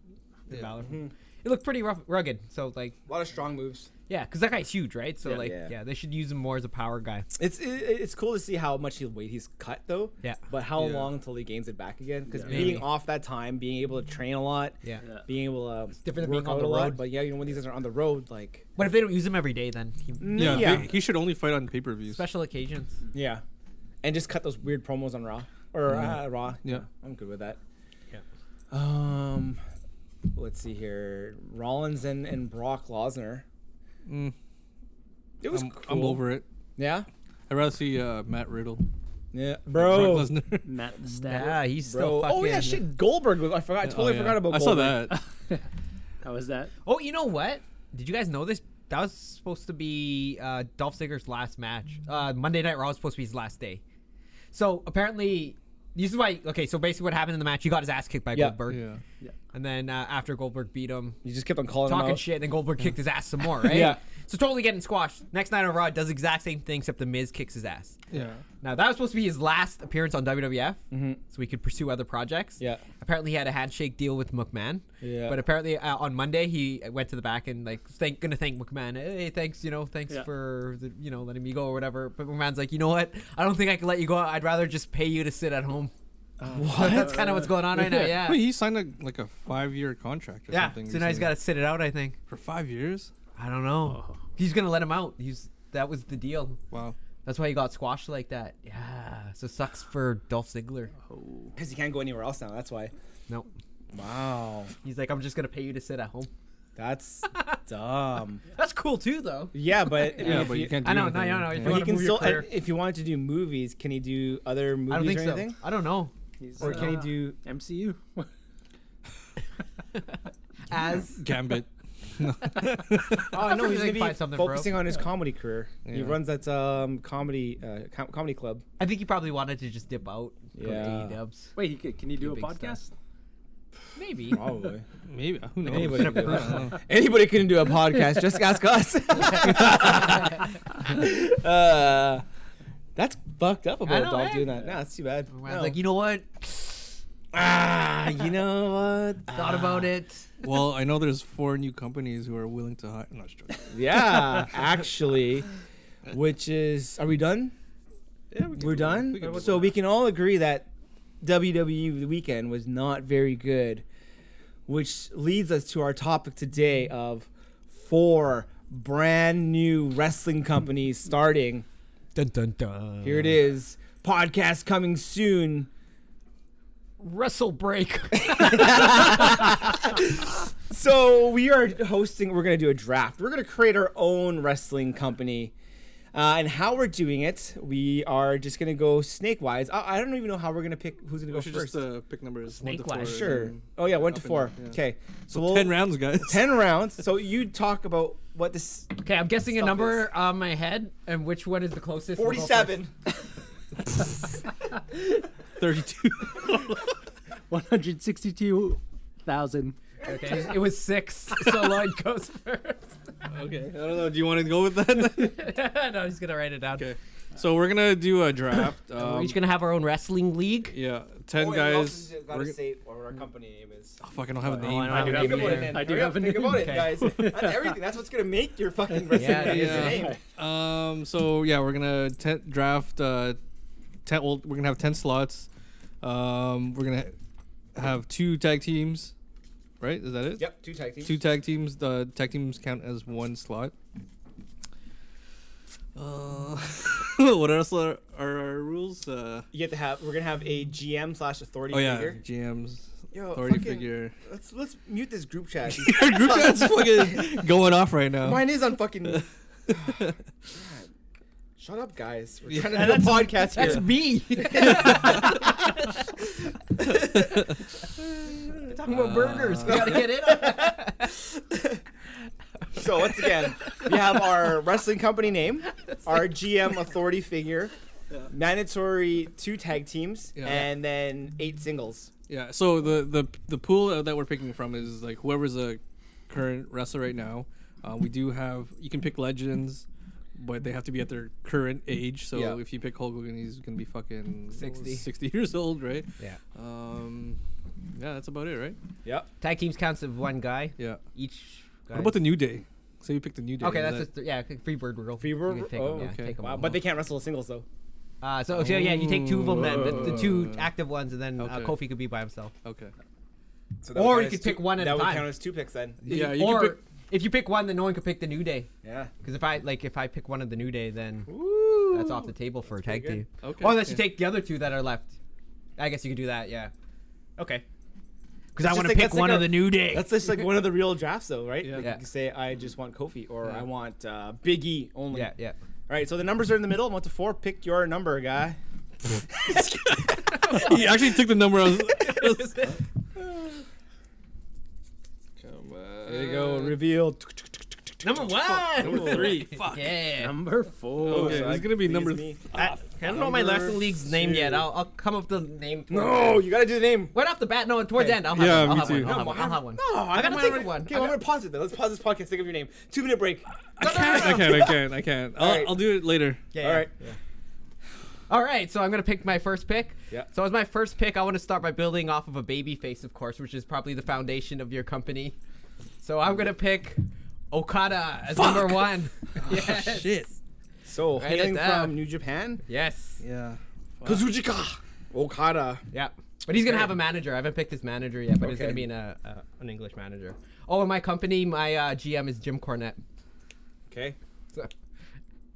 E: the
B: Yeah.
E: Balor.
A: Mm-hmm.
E: It looked pretty rough, rugged. So like,
A: a lot of strong moves.
E: yeah, because that guy's huge, right? So
C: Yeah.
E: like, yeah.
A: Yeah.
E: they should use him more as a power guy.
A: It's it, it's cool to see how much he- weight he's cut though.
E: Yeah.
A: But how
B: Yeah.
A: long until he gains it back again? Because
C: Yeah.
A: being
E: Maybe.
A: off that time, being able to train a lot,
E: Yeah.
C: Yeah.
A: being able to
E: different than
A: work
E: being on
A: out a
E: the
A: lot,
E: road.
A: But yeah, you know when these guys are on the road, like
E: But if they don't use him every day, then he,
B: Yeah,
A: yeah.
B: they- he should only fight on pay per views.
E: special occasions.
A: yeah, and just cut those weird promos on Raw or uh, Raw.
B: Mm-hmm. Yeah.
A: I'm good with that. Yeah. Um, let's see here. Rollins and, and Brock Lesnar.
B: Mm.
A: It was
B: I'm,
A: cool.
B: I'm over it.
A: Yeah.
B: I'd rather see uh, Matt Riddle.
A: Yeah,
B: Brock
A: bro.
B: Lesnar. (laughs)
C: Matt the Stat.
E: Yeah, he's
A: Bro.
E: still fucking.
A: Oh yeah, shit. Goldberg. was- I forgot. I (laughs)
B: Oh,
A: totally
B: yeah.
A: forgot about.
B: I saw
A: Goldberg. (laughs)
B: that.
C: How was that?
E: Oh, you know what? Did you guys know this? That was supposed to be uh, Dolph Ziggler's last match. Uh, Monday Night Raw was supposed to be his last day. So apparently, this is why. Okay, so basically, what happened in the match? He got his ass kicked by
A: Yeah.
E: Goldberg,
B: Yeah.
E: and then uh, after Goldberg beat him,
A: You just kept on calling him
E: talking
A: out.
E: shit, and then Goldberg kicked his ass some
A: (laughs)
E: more, right?
A: Yeah.
E: So totally getting squashed. Next night on Raw, does the exact same thing except the Miz kicks his ass.
B: Yeah.
E: Now that was supposed to be his last appearance on WWF, so he could pursue other projects.
A: Mm-hmm. Yeah.
E: Apparently, he had a handshake deal with McMahon.
A: Yeah.
E: But apparently, uh, on Monday, he went to the back and like thank gonna thank McMahon. Hey, thanks, you know, thanks
C: Yeah.
E: for the, you know letting me go or whatever. But McMahon's like, you know what? I don't think I can let you go. I'd rather just pay you to sit at home.
A: Uh,
E: (laughs) That's kind of what's going on
A: (laughs)
E: right now. Yeah.
B: Wait, he signed a, like a five year contract or
E: yeah.
B: something.
E: So now he's
B: recently.
E: got to sit it out. I think.
B: for five years.
E: I don't know.
C: Oh.
E: He's gonna let him out. He's that was the deal.
B: Wow.
E: That's why he got squashed like that. Yeah. So sucks for Dolph Ziggler.
A: Because he can't go anywhere else now. That's why.
E: Nope.
A: Wow.
E: He's like, I'm just gonna pay you to sit at home.
A: That's (laughs) dumb.
E: That's cool too, though.
A: Yeah, but I mean,
B: Yeah,
A: if
B: but you can't do
E: I know,
B: anything.
E: no, no, no.
A: but he can
E: If you want to
B: Yeah. (laughs)
E: move your
A: still.
E: career,
A: If he wanted to do movies, can he do other movies
E: I don't think
A: or
E: so.
A: anything?
E: I don't know.
C: He's,
A: Or
C: uh,
A: can he
E: (laughs)
A: do?
C: MCU?
A: (laughs)
E: As
B: Gambit.
A: Oh no, he's
E: think they
A: gonna
E: can
A: be
E: find something, bro.
A: focusing on his comedy career. He
B: Yeah.
A: runs that um comedy uh, com- comedy club.
E: I think he probably wanted to just dip out.
A: Yeah.
E: Go to dubs.
C: Wait, he could, can he do a
E: big stuff.
C: podcast? (laughs)
B: (laughs)
E: Maybe.
A: Probably.
B: Maybe who knows?
A: (laughs) Anybody can do
B: I
E: (laughs)
B: don't know.
I: Anybody can do a podcast. Just ask us.
A: (laughs) uh, that's fucked up about
E: know,
A: Dolph
E: eh?
A: doing that. Nah, that's too bad.
E: I
A: No.
E: was like, you know what?
A: ah,
E: (laughs)
A: you know what?
B: uh,
E: Thought about it.
B: (laughs) well, I know there's four new companies who are willing to hire. No, I'm just joking.
A: Yeah,
E: (laughs)
A: actually, which is are we done?
B: Yeah, we
A: We're done. so we can all agree that WWE the weekend was not very good, which leads us to our topic today of four brand new wrestling companies starting.
E: Dun dun dun.
A: Here it is. Podcast coming soon.
E: Wrestle break. (laughs)
A: So we are hosting. We're gonna do a draft. We're gonna create our own wrestling company, uh, and how we're doing it, we are just gonna go snake wise. I, I don't even know how we're gonna pick who's gonna
B: We
A: go
B: should
A: first.
B: just uh, pick numbers
E: Snake
B: one to four.
E: wise.
B: (laughs)
A: sure.
B: and
A: Oh yeah, one
B: up
A: to
B: and
A: four.
B: down, yeah.
A: Okay. So,
B: So
A: we'll,
B: ten rounds, guys.
A: Ten rounds. So you talk about what this
E: okay, I'm guessing a
A: Stop
E: number on my head, and which one is the closest? We'll go first.
A: forty-seven.
B: 32.
C: 162,000.
E: Okay, it was six.
B: (laughs)
E: So Lloyd goes first.
B: okay. (laughs) I don't know. Do you want to go with
A: (laughs)
B: that?
E: (laughs) no, he's gonna write it down.
B: okay. So we're gonna do
A: (laughs)
B: a draft.
E: We're
B: Um,
E: each gonna have our own wrestling league.
A: Oh,
B: yeah, ten guys.
A: gotta
B: we're g-
A: say what our company name is.
B: oh, fuck, I don't have a
E: Oh,
B: name.
E: I don't have a
A: Think
E: name
A: about it,
E: either.
A: man.
C: I do
A: Hurry up,
C: have a
A: think
C: name.
A: about it,
E: Okay.
A: guys.
C: (laughs)
B: (laughs)
A: That's everything. That's what's gonna make your fucking wrestling
E: Yeah,
A: company
E: yeah.
A: name.
B: Um. So yeah, we're gonna te- draft. Uh, ten. Well, we're gonna have ten slots. Um. We're gonna ha- have two tag teams. Right? Is that it?
A: Yep, two tag teams.
B: Two tag teams. The tag teams count as one slot. Uh, (laughs) what else are, are our rules? Uh,
A: You have to have. We're gonna have a GM slash authority
B: oh yeah,
A: figure.
B: GMs,
A: Yo,
B: authority
A: fucking-
B: figure.
A: Let's let's mute this group
B: (laughs)
A: chat.
B: Our group chat's fucking going off right
A: (laughs)
B: now.
A: Mine is on fucking. (sighs)
B: (laughs)
A: God. Shut up, guys. We're
B: Yeah,
A: trying to do a podcast
E: That's
A: here.
B: (laughs)
E: me. (laughs) talking about burgers. We gotta get in. on
B: (laughs)
E: that.
A: So once again, we have our wrestling company name, our GM authority figure, mandatory two tag teams,
B: Yeah.
A: and then eight singles.
B: Yeah. So the the the pool uh, that we're picking from is like whoever's a current wrestler right now. Uh, we do have you can pick legends, but they have to be at their current age. So
A: Yeah.
B: if you pick Hulk Hogan, he's gonna be fucking
E: 60.
B: 60 years old, right?
E: Yeah.
B: Um, yeah, that's about it, right?
A: Yep.
E: Tag teams counts of one guy
B: Yeah.
E: each. Guy.
B: What about the New Day? So you picked the New Day.
E: Okay,
B: is
E: that's
B: that-
E: just yeah, free bird rule.
A: Free
E: You
A: bird
E: can
A: rule?
E: take 'em,
A: Oh,
E: yeah,
B: okay.
E: take 'em
A: Wow,
E: all.
A: but they can't wrestle as singles though.
E: Uh, so, so yeah, you take two of them, then the, the two active ones, and then uh,
B: Okay.
E: Kofi could be by himself.
B: okay. (laughs)
A: So
E: that would Or count you as could two- pick one at
A: That
E: a
A: would
E: time.
A: count as two picks then.
B: Yeah, you can
E: or
B: pick-
E: if you pick one, then no one could pick the New Day.
A: Yeah.
E: Because if I like, if I pick one of the New Day, then that's off the table for a tag
A: pretty
E: team.
B: Okay.
E: Or unless you
B: yeah.
E: take the other two that are left. I guess you could do that. Yeah. Okay.
A: It's
E: Because I want
A: just like-
E: to pick
A: that's like
E: one
A: a-
E: of the New Day.
A: That's just like one of the real drafts though, right?
B: Yeah.
A: Like
E: Yeah.
A: You can say I just want Kofi or
B: Yeah.
A: I want uh, Big E only.
E: yeah, yeah.
A: All right, so the numbers are in the middle. One to four. Pick your number, guy.
B: he actually took the number. I was, (laughs) Come on.
A: There you go. Reveal.
E: Number one.
B: Number
E: (laughs)
B: three. Fuck.
E: Yeah.
C: Number four.
E: Oh,
B: Okay,
A: Oh, so
B: it's
A: I-
B: gonna be
A: please
B: number.
A: me.
E: I, I don't know my
B: Number
E: wrestling league's name yet. I'll, I'll come up with the name. towards
A: No,
E: the-
A: you gotta do the name.
E: Right off the bat, no. Towards the
A: Okay.
E: end, I'll have
B: Yeah,
E: one. I'll
B: me
E: have
B: too.
E: one. I'll have
A: No,
E: one. I'll have one.
A: No, Oh, I
E: I gotta
A: don't
E: think
A: wanna-
E: of one.
A: Okay,
E: I
A: well, I'm
E: got-
A: gonna pause it. Then. Let's pause this podcast. Think of your name. Two minute break.
B: I can't. I can't. I can't. I'll,
A: Alright.
B: I'll do it later.
A: (laughs)
E: Yeah,
A: All
E: yeah.
A: right.
E: All right, so I'm gonna pick my first pick.
A: Yeah.
E: So as my first pick, I want to start by building off of a baby face, of course, which is probably the foundation of your company. So I'm gonna pick Okada as number one. yes.
B: Shit.
A: So
E: Write it
A: hailing
E: down.
A: from New Japan,
E: Yes.
B: Yeah.
A: Kazuchika Okada.
E: Yeah. But he's gonna have a manager. I haven't picked his manager yet, but it's
A: Okay.
E: gonna be an, uh, uh, an English manager. Oh, and my company, my uh, GM is Jim Cornette.
A: Okay.
E: So,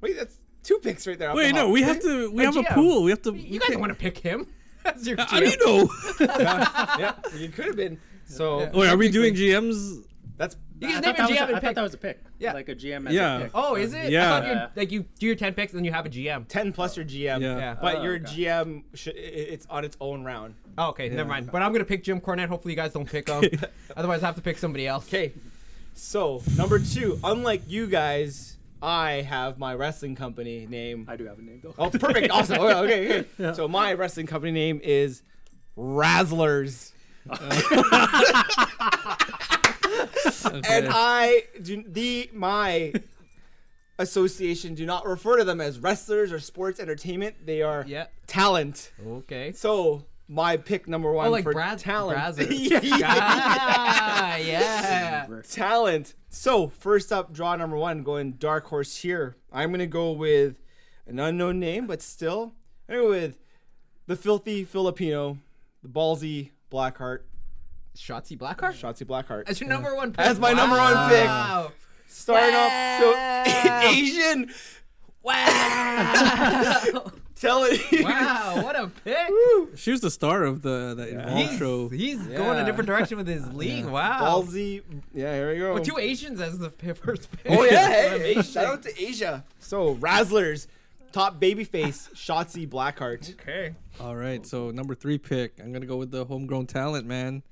A: Wait, that's two picks right there. off
B: Wait,
A: the
B: no,
A: hop.
B: we have to. We
E: Our
B: have a
E: GM.
B: pool. We have to.
E: you guys want to pick him (laughs) as your GM?
B: How do you know?
A: (laughs) yeah, you could have been. So
B: Wait, are we doing GMs?
A: that's
E: You guys
C: I
E: name
C: thought
E: a
C: that was
E: GM
C: a-
E: and
C: I thought
E: pick.
C: that was a pick.
E: Yeah.
C: Like a GM as
B: Yeah.
C: a pick.
E: Oh, is it?
B: Yeah.
E: I thought
C: Yeah.
E: you like you do your ten picks and then you have a GM.
A: Ten plus your GM.
B: Yeah.
E: Yeah.
A: But
C: Oh,
A: your
C: okay.
A: GM, should, i- i- it's on its own round.
E: Oh, okay, never mind. But I'm gonna pick Jim Cornette. Hopefully you guys don't pick
A: (laughs)
E: him. Otherwise I have to pick somebody else.
A: Okay. So number two, unlike you guys, I have my wrestling company name.
C: I do have a name though. (laughs)
A: Oh, (laughs) perfect. awesome. Okay. okay, okay. So my wrestling company name is Razzlers. and uh, I do the my association do not refer to them as wrestlers or sports entertainment. They are
E: Yeah.
A: talent.
E: Okay.
A: So my pick number one
E: Oh, like
A: for
E: Braz-
A: talent. (laughs) Yeah,
E: Brazzers. ah, yeah.
A: talent. So first up, draw number one, going dark horse here. I'm gonna go with an unknown name, but still, I'm gonna go with the filthy Filipino, the ballsy Blackheart,
E: Shotzi Blackheart.
A: Shotzi Blackheart.
E: As your number one pick.
A: As my number one pick.
E: Wow.
A: Starting off,
E: Wow.
A: so (laughs) Asian. (laughs)
E: Wow. (laughs)
A: Telling you,
E: wow, what a pick.
B: She was the star of the that Evolve
E: He's,
B: show.
E: he's going a different direction
A: (laughs)
E: with his league. Wow.
A: ballsy. Yeah, here we go.
E: With two Asians as the (laughs) p- first pick.
A: Oh yeah, hey,
E: Asian.
A: shout out to Asia. So Razzlers, top babyface, Shotzi Blackheart.
E: Okay.
B: All right, so number three pick. I'm gonna go with the homegrown talent, man.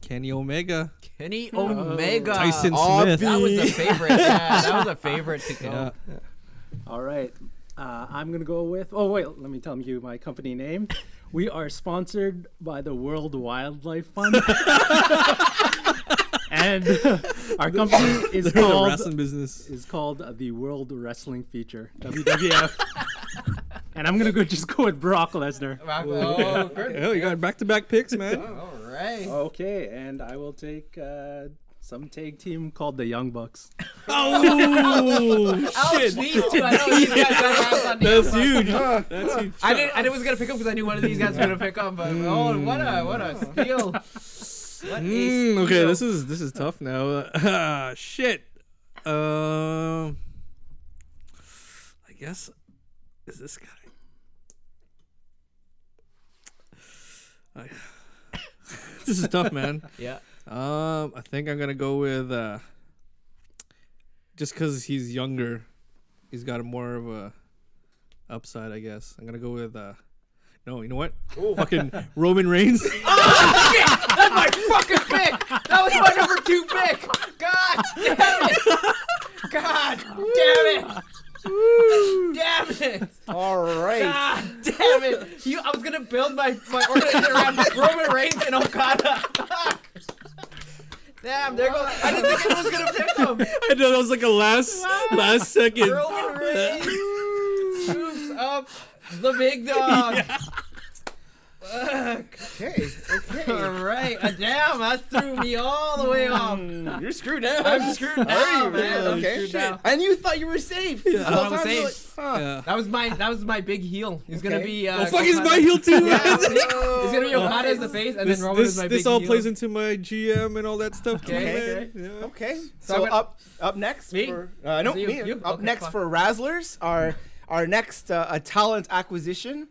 B: Kenny Omega.
E: Kenny
A: Oh.
E: Omega.
B: Tyson Smith.
E: That was a favorite. Yeah, that was a favorite to
A: (laughs)
E: go.
B: Yeah.
C: All right. Uh, I'm going to go with. Oh, wait. Let me tell you my company name. (laughs) We are sponsored by the World Wildlife (laughs) Fund. and (laughs) our company (laughs) is
B: They're in the
C: called
B: wrestling business.
C: is called uh, the World Wrestling (laughs) Feature, WWF. and I'm going to go just go with Brock Lesnar.
E: Rock- Oh, good.
B: Hell, you got back-to-back picks, man.
E: All right.
C: Okay, and I will take uh, some tag team called the Young Bucks.
B: oh,
E: Ouch, these two. I know these guys got hands (laughs) on the
B: (laughs) that's
E: other one.
B: huge. That's huge.
E: I didn't. I didn't- was gonna pick up because I knew one of these guys was gonna pick up. But oh, what a what a steal! What a
B: Mm, okay,
E: steal.
B: this is this is tough now. (laughs) Ah, shit. Um, I guess is this guy. I- (laughs) this is tough, man.
E: (laughs) yeah.
B: Um, I think I'm gonna go with uh, just because he's younger, he's got a more of a upside, I guess. I'm gonna go with uh, no, you know what? Fucking Roman
E: (laughs)
B: Reigns.
E: That's (laughs) my fucking pick. That was my number two pick. God damn it! God damn it! Damn it!
A: All right.
E: God damn it! You, I was gonna build my my organization around Roman Reigns and Okada. (laughs) Fuck. Damn, there goes. I didn't think anyone was gonna pick them.
B: I know that was like a last last second. (laughs)
E: Roman Reigns scoops up the big dog. Fuck.
A: Okay. Okay.
E: (laughs) All right. Uh, damn, that threw me all the way off.
B: Hmm.
A: (laughs) You're screwed now.
E: I'm screwed now, man. I'm
A: Okay.
E: screwed now.
A: And you thought you were safe. Yeah.
E: I was safe.
B: Yeah.
E: That was my that was my big heel. He's gonna
A: Okay.
E: be. Uh,
B: Oh fuck, (laughs) he's
E: Okada-
B: my heel too.
E: (laughs) Yeah,
B: man.
E: he's gonna be Okada as the face, and
B: (laughs) This
E: then Roman
B: this,
E: is my
B: this
E: big
B: all
E: heel.
B: plays into my GM and all that stuff. too,
E: Okay.
B: man. Yeah.
A: Okay. So,
E: So I'm gonna-
A: up up next
E: Me?
A: for uh, no
E: Is it you?
A: me.
E: You?
A: Up
E: Okay,
A: next
E: fuck.
A: for Razzlers our our next uh, a talent acquisition.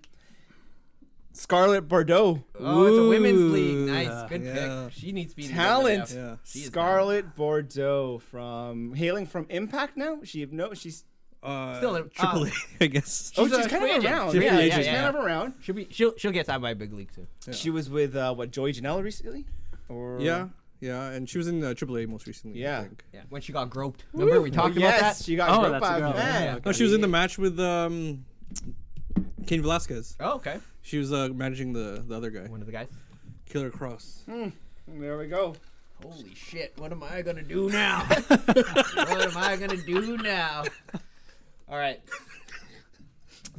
A: Scarlett Bordeaux.
E: Oh, it's a women's
B: Ooh.
E: league. Nice, good
B: Yeah.
E: pick. She needs to be in the
A: Talent.
E: WWF. She is
A: Scarlett Bordeaux from hailing from Impact now. She no she's
B: Uh,
E: Still a-
B: triple
E: uh,
B: A, (laughs) I guess.
A: Oh,
E: She's
A: she's
E: a
A: kind
E: free
A: of
E: agent.
A: around.
E: She's a
A: Yeah,
E: free
A: yeah,
E: agent,
A: she's
E: yeah.
A: kind of around.
E: She'll be she'll she'll get signed by a big league too.
A: She was with uh, what Joey Janela recently, or
B: Yeah, yeah, and she was in uh, AAA most recently.
A: Yeah.
B: I think.
E: Yeah. When she got groped. Remember we talked
A: yes,
E: about that?
A: she got
C: Oh,
A: groped
C: that's
A: by a
C: a girl.
A: man.
B: No, she was in the match with um, Kane Velasquez.
E: Oh, okay.
B: She was uh, managing the the other guy,
E: One of the guys.
B: Killer Cross.
A: There we go.
E: Holy shit, what am I gonna do now? what am I gonna do now? Alright.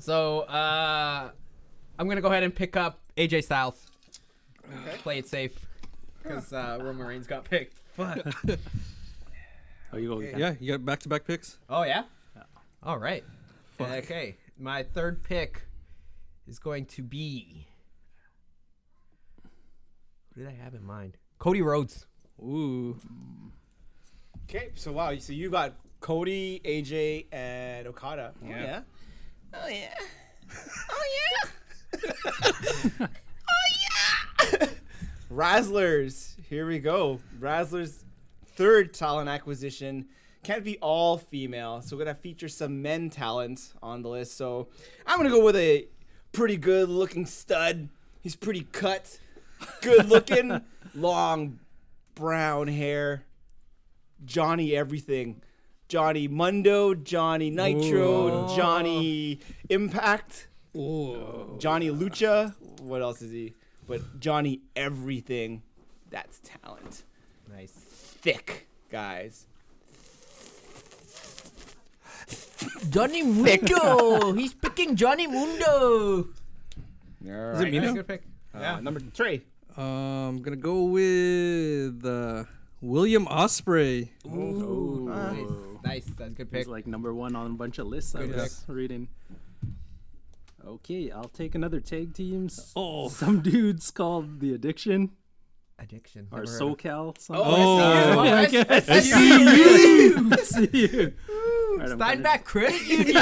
E: So uh I'm gonna go ahead and pick up AJ Styles. Play it safe. Because uh, Roman Reigns got picked. Fuck.
C: Oh, you go again.
B: Yeah, you got back to back picks.
E: Oh yeah. All right. Okay, my third pick is going to be. What did I have in mind? Cody Rhodes.
B: Ooh,
A: Okay, so wow, so you got Cody, AJ, and Okada. Oh, yeah. Oh yeah. Oh yeah. (laughs) oh yeah. Razzlers, here we go. Razzlers third talent acquisition. Can't be all female, so we're gonna feature some men talent on the list. So I'm gonna go with a pretty good looking stud. He's pretty cut, good (laughs) looking, long brown hair. Johnny everything. Johnny Mundo, Johnny Nitro, Johnny Impact, Johnny Lucha. What else is he? But Johnny everything. That's talent.
E: Nice.
A: Thick, guys.
J: Johnny Mundo. He's picking Johnny Mundo.
B: Is it me
E: Nice,
B: now?
E: good pick. Ah,
A: Uh, number three.
B: Um, gonna go with uh, William Osprey.
C: Ooh.
E: Nice. Nice. That's a good pick.
C: He's like number one on a bunch of lists I
E: Good
C: was reading. Okay, I'll take another tag team. S-
B: Oh.
C: Some dudes called The Addiction
E: Addiction.
C: or
E: Never heard of it.
C: SoCal. Something.
B: Oh.
C: yeah, I
K: Yes,
C: guess.
K: yes, yes.
E: (laughs)
C: SCU. Alright, I'm gonna-
E: Steinbeck (laughs) Credit Union.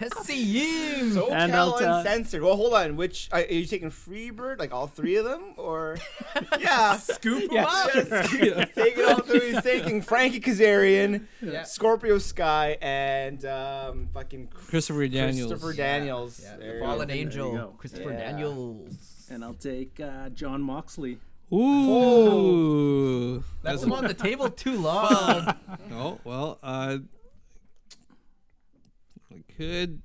E: SCU.
A: SoCal
C: And I'll tell-
A: Uncensored. Well, hold on. Which uh, are are you taking Freebird? Like all three of them, (laughs) or yeah, scoop
C: Yeah,
A: (laughs) taking all three. He's taking Frankie Kazarian,
E: Yeah.
A: Scorpio Sky, and um, fucking
B: Christopher Daniels.
A: Christopher Daniels.
E: Yeah,
A: There
E: the
A: you go.
E: Fallen
C: There you go.
E: Angel. Christopher
A: Yeah.
E: Daniels.
C: And I'll take uh, John Moxley.
B: Ooh.
E: That's
B: That's
E: him on the table too long.
B: oh well. Uh, I could.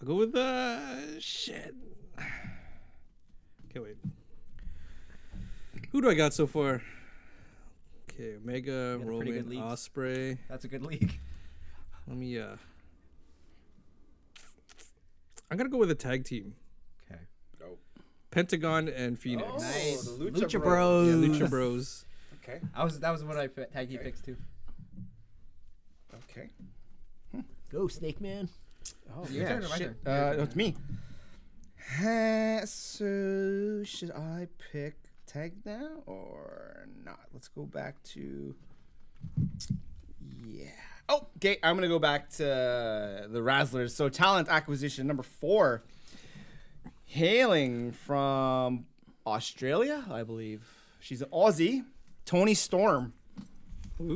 B: I'll go with uh shit. Okay, wait. Who do I got so far? Okay, Omega,
E: got a pretty good
B: Roman,
E: lead.
B: Osprey.
E: (laughs) That's a good league.
B: Let me. uh I'm gonna go with a tag team.
E: Okay.
B: Pentagon and Phoenix.
A: Oh,
E: Nice.
A: the Lucha,
E: Lucha
A: Bros.
B: Yeah,
E: Bros.
B: Lucha Bros.
A: Okay.
E: I was that was what I fit- tag you picks too.
A: Okay.
J: Go, Snake Man.
A: Oh
E: Your turn or my turn?
A: Uh, no, it's me. Uh, so should I pick tag now or not? Let's go back to. Yeah. Oh, okay. I'm gonna go back to the Razzlers. So talent acquisition number four, hailing from Australia, I believe. She's an Aussie. Tony Storm.
B: Ooh.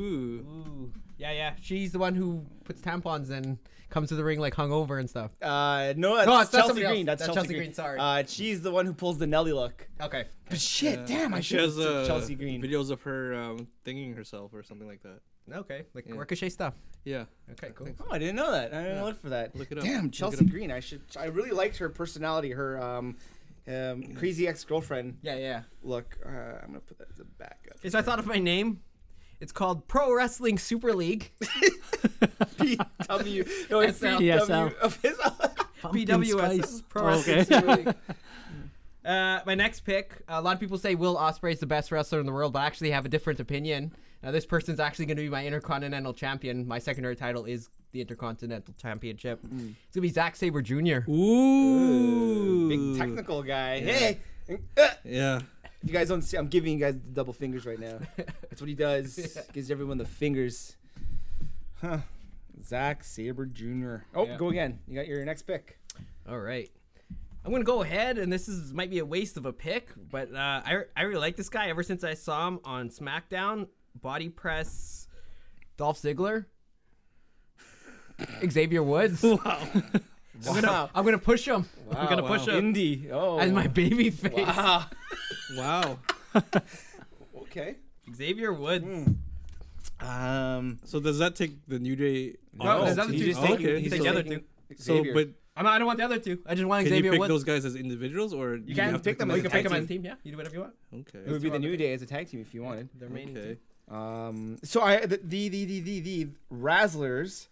E: Ooh. Yeah, yeah. She's the one who puts tampons and comes to the ring like hungover and stuff.
A: Uh, no, that's,
E: No, it's not
A: Chelsea
E: somebody else.
A: Green. That's, Chelsea, Green.
E: sorry.
A: Uh, she's the one who pulls the Nelly look.
E: Okay.
A: But shit, damn, I
B: She
A: should have
B: has uh,
A: Chelsea Green.
B: videos of her um, thinging herself or something like that.
E: Okay. Like
B: Yeah.
E: ricochet stuff.
B: Yeah.
E: Okay, cool.
A: Oh, I didn't know that. I didn't look for that.
B: Look it up.
A: Damn,
B: Look it
A: Chelsea
B: up.
A: Green. I should. I really liked her personality, her um, um crazy ex-girlfriend
E: Yeah, yeah.
A: look. Uh, I'm gonna put that as a backup.
E: Is I thought of my name. It's called Pro Wrestling Super (laughs) League.
A: (laughs) PW. No, it's
E: SL.
A: PW.
C: Pumpkin
E: PWS.
C: spice.
E: Pro
C: Oh,
E: Wrestling (laughs)
C: okay.
E: Super League. Uh, my next pick. A lot of people say Will Ospreay is the best wrestler in the world, but I actually have a different opinion. Now, this person's actually going to be my Intercontinental Champion. My secondary title is the Intercontinental Championship. It's going to be Zack Saber Jr.
B: Ooh.
A: Big technical guy. Hey,
B: Yeah.
A: if you guys don't see, I'm giving you guys the double fingers right now. That's what he does. Gives everyone the fingers. Huh. Zach Saber Jr. Oh,
E: Yeah.
A: go again. You got your next pick.
E: All right. I'm gonna go ahead, and this is might be a waste of a pick, but uh, I I really like this guy. Ever since I saw him on SmackDown, body press, Dolph Ziggler, Xavier (laughs) Woods. I'm gonna I'm gonna push him
A: Wow,
B: gonna push
A: wow.
B: up.
A: Indy. Oh.
E: as my baby face.
A: Wow.
B: Wow.
A: Okay.
E: Xavier Woods.
A: Hmm. Um.
B: So does that take the New Day?
E: No,
B: off?
E: there's other two
A: he's
E: just
A: just
B: Oh,
E: taking,
A: taking-
B: okay.
A: he's
E: take
B: so,
E: the other
A: taking
E: two.
B: so,
A: Xavier.
B: but
E: I'm not, I don't want the other two. I just want
B: can you
E: Xavier
B: pick
E: Woods.
B: those guys as individuals, or do you
A: can
B: have
A: pick
B: to
A: them
B: pick
A: as
E: you can
A: a tag
E: pick him as a
A: team.
E: team. Yeah, you do whatever you want.
A: It
B: Okay.
A: would be the New Day as a tag team if you wanted.
E: The remaining
B: Okay.
A: Um, so I the the the the, the, the Razzlers,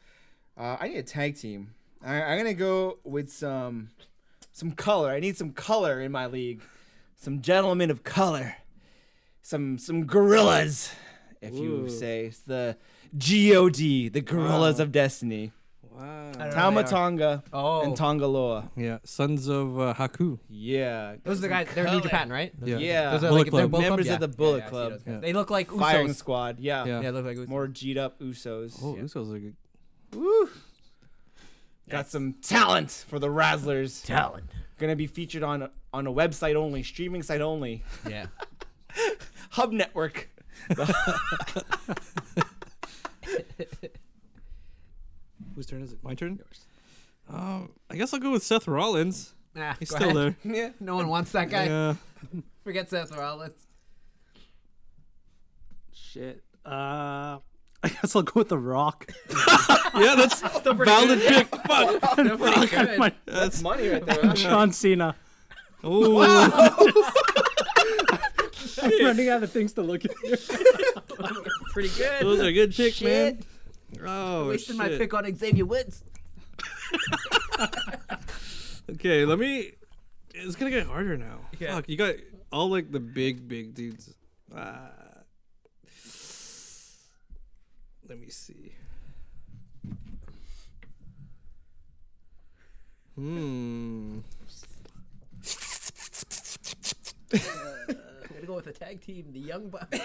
A: uh, I need a tag team. I, I'm gonna go with some some color. I need some color in my league. Some gentlemen of color. Some some gorillas, if you say it's the God, the gorillas of destiny.
B: Wow.
E: don't know who they are.
A: Tamatonga
E: Oh,
A: and Tongaloa.
B: Yeah. Sons of uh, Haku.
A: Yeah,
E: those are the guys. They're New Japan, right?
B: Yeah.
A: yeah.
E: Those are
B: Bullet
E: like, they're
B: Club.
E: both
A: Members
E: up,
A: of the
E: yeah.
A: Bullet
E: Yeah, yeah, I see
A: Club.
E: those guys.
B: Yeah.
E: They look like Usos.
A: Firing Squad. Yeah.
B: Yeah.
E: Yeah, look like Usos.
A: more G'd up Usos.
B: Oh, Usos are good.
A: Woo. Got some talent for the Razzlers.
J: Talent.
E: (laughs)
A: Gonna be featured on on a website only, streaming site only.
E: yeah.
L: Hub Network.
B: Whose turn is it? My turn. Um, I guess I'll go with Seth Rollins.
E: Nah,
B: He's
E: Ah, go
B: still
E: ahead.
A: (laughs)
B: there.
L: Yeah.
E: (laughs) No one wants that guy.
B: Yeah.
E: Forget Seth Rollins.
C: Shit. Uh, (laughs) I guess I'll go with The Rock. (laughs)
B: yeah, that's a valid
E: (laughs)
B: pick. Fuck. (laughs)
E: They're pretty good.
C: My-
B: That's
A: Money right there.
C: (laughs) John Cena.
B: ooh.
C: I'm (laughs) running out of things to look at.
E: pretty good.
B: Those are good picks,
M: Shit.
B: man. Oh,
M: Wasting my
B: shit.
M: pick on Xavier Woods.
B: Okay, let me. It's gonna get harder now.
E: Yeah.
B: Fuck, you got all like the big, big dudes. Uh, let me see.
M: (laughs)
B: Hmm. (laughs)
M: I'm gonna go with the tag team, the Young
B: (laughs)
M: Bucks.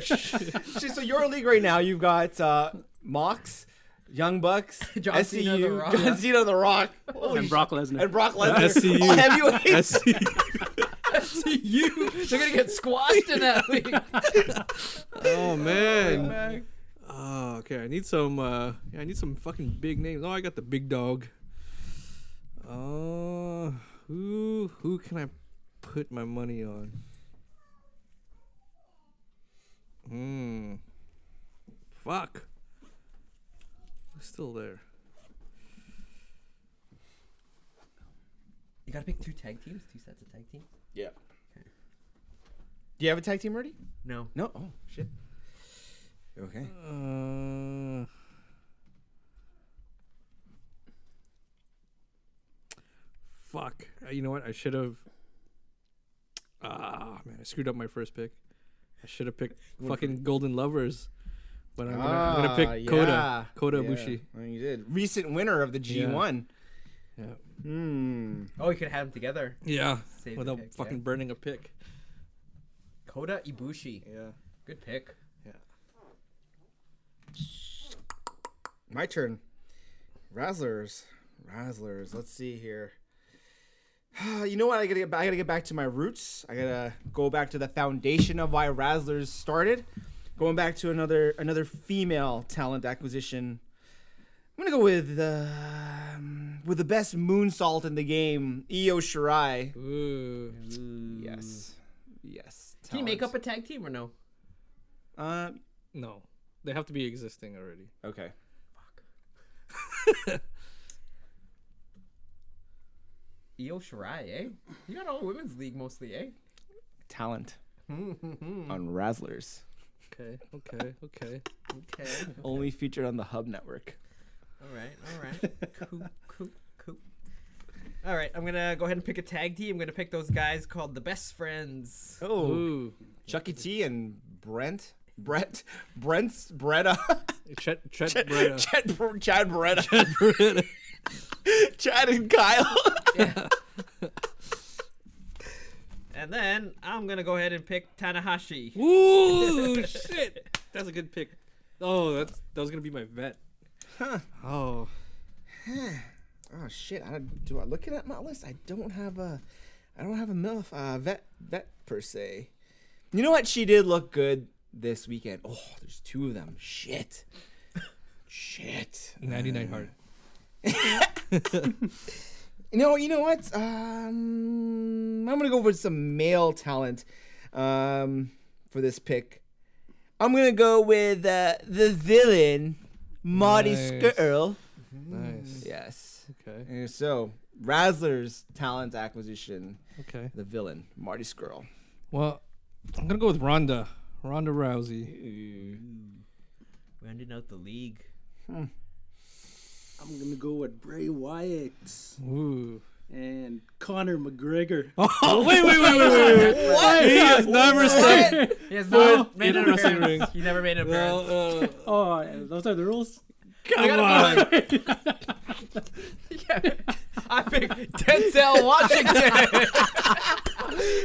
A: Shit, so your league right now, you've got uh, Mox, Young Bucks,
E: John
A: SCU,
E: Cena, The Rock.
A: John Cena, The Rock, Holy
C: and
A: shit.
C: Brock Lesnar.
A: and Brock Lesnar.
B: SCU.
A: (laughs) All heavyweights.
B: I see.
E: you. (laughs) They're gonna get squashed in that league.
B: (laughs) Oh man. Oh, okay. I need some. Uh, yeah, I need some fucking big names. Oh, I got the big dog. Uh, who who can I put my money on? Hmm. Fuck. It's still there.
M: You gotta pick two tag teams, two sets of tag teams.
A: Yeah. Do you have a tag team ready?
M: No.
A: No. Oh shit. Okay.
B: Uh. Fuck. Uh, You know what? I should have. Ah, man, I screwed up my first pick. I should have picked fucking Golden Lovers, but I'm gonna, I'm gonna pick
A: Ah, yeah.
B: Kota Kota
A: Yeah.
B: Ibushi.
A: Well, you did. Recent winner of the G1.
B: Yeah.
A: Hmm.
E: Oh, you could have them together.
B: Yeah,
E: Save the
B: without
E: pick, yeah.
B: fucking burning a pick.
E: Kota Ibushi.
B: Yeah.
E: Good pick.
A: My turn. Razzlers. Razzlers. Let's see here. (sighs) You know what? I gotta get back. I gotta get back to my roots. I gotta go back to the foundation of why Razzlers started. Going back to another another female talent acquisition. I'm gonna go with uh, um, with the best moonsault in the game, Io Shirai.
B: Ooh.
A: Yes, yes.
E: Can you make up a tag team or no?
A: a? Uh,
B: No, they have to be existing already.
A: okay.
E: Io Shirai, eh? You got all women's league mostly, eh? (laughs)
A: Talent on Razzlers,
B: Okay. Okay. Okay.
E: Okay.
A: only featured on the Hub Network.
E: All right. All right. cool. Cool. Cool. All right. I'm gonna go ahead and pick a tag team. I'm gonna pick those guys called the Best Friends.
A: Oh,
B: Ooh.
A: Chucky T and Brent. Brett, Brent's Bretta,
B: Chet Chet
A: (laughs)
B: Breda.
A: Chad, Br- Chad Bretta, (laughs) Chad and Kyle.
E: And then I'm gonna go ahead and pick Tanahashi.
B: Ooh, shit. That's a good pick. Oh, that's that was gonna be my vet. Huh. Oh.
A: (laughs) oh shit! I, do I looking at my list? I don't have a, I don't have a milf, uh, vet vet per se. You know what? She did look good this weekend. Oh, there's two of them. Shit, (laughs) shit.
B: 99 hard.
A: No, you know what? Um, I'm gonna go with some male talent um, for this pick. I'm gonna go with uh, the villain, Marty
B: Nice.
A: Skrull.
B: Nice.
A: Mm. Yes.
B: Okay.
A: And so, Razzler's talent acquisition,
B: Okay.
A: the villain, Marty Skrull.
B: Well, I'm gonna go with Ronda. Ronda Rousey.
E: Rounding out the league.
C: I'm gonna go with Bray Wyatt
B: Ooh.
C: and Conor McGregor.
B: Oh, wait, wait, wait, wait, wait, (laughs) wait.
A: What?
B: He has never stepped.
E: He has not
B: in
E: made
B: the
E: an
B: wrestling
E: appearance.
B: ring.
E: He never made an appearance.
B: Well, uh,
C: Oh, those are the rules.
B: come on.
E: (laughs) I picked Denzel Washington.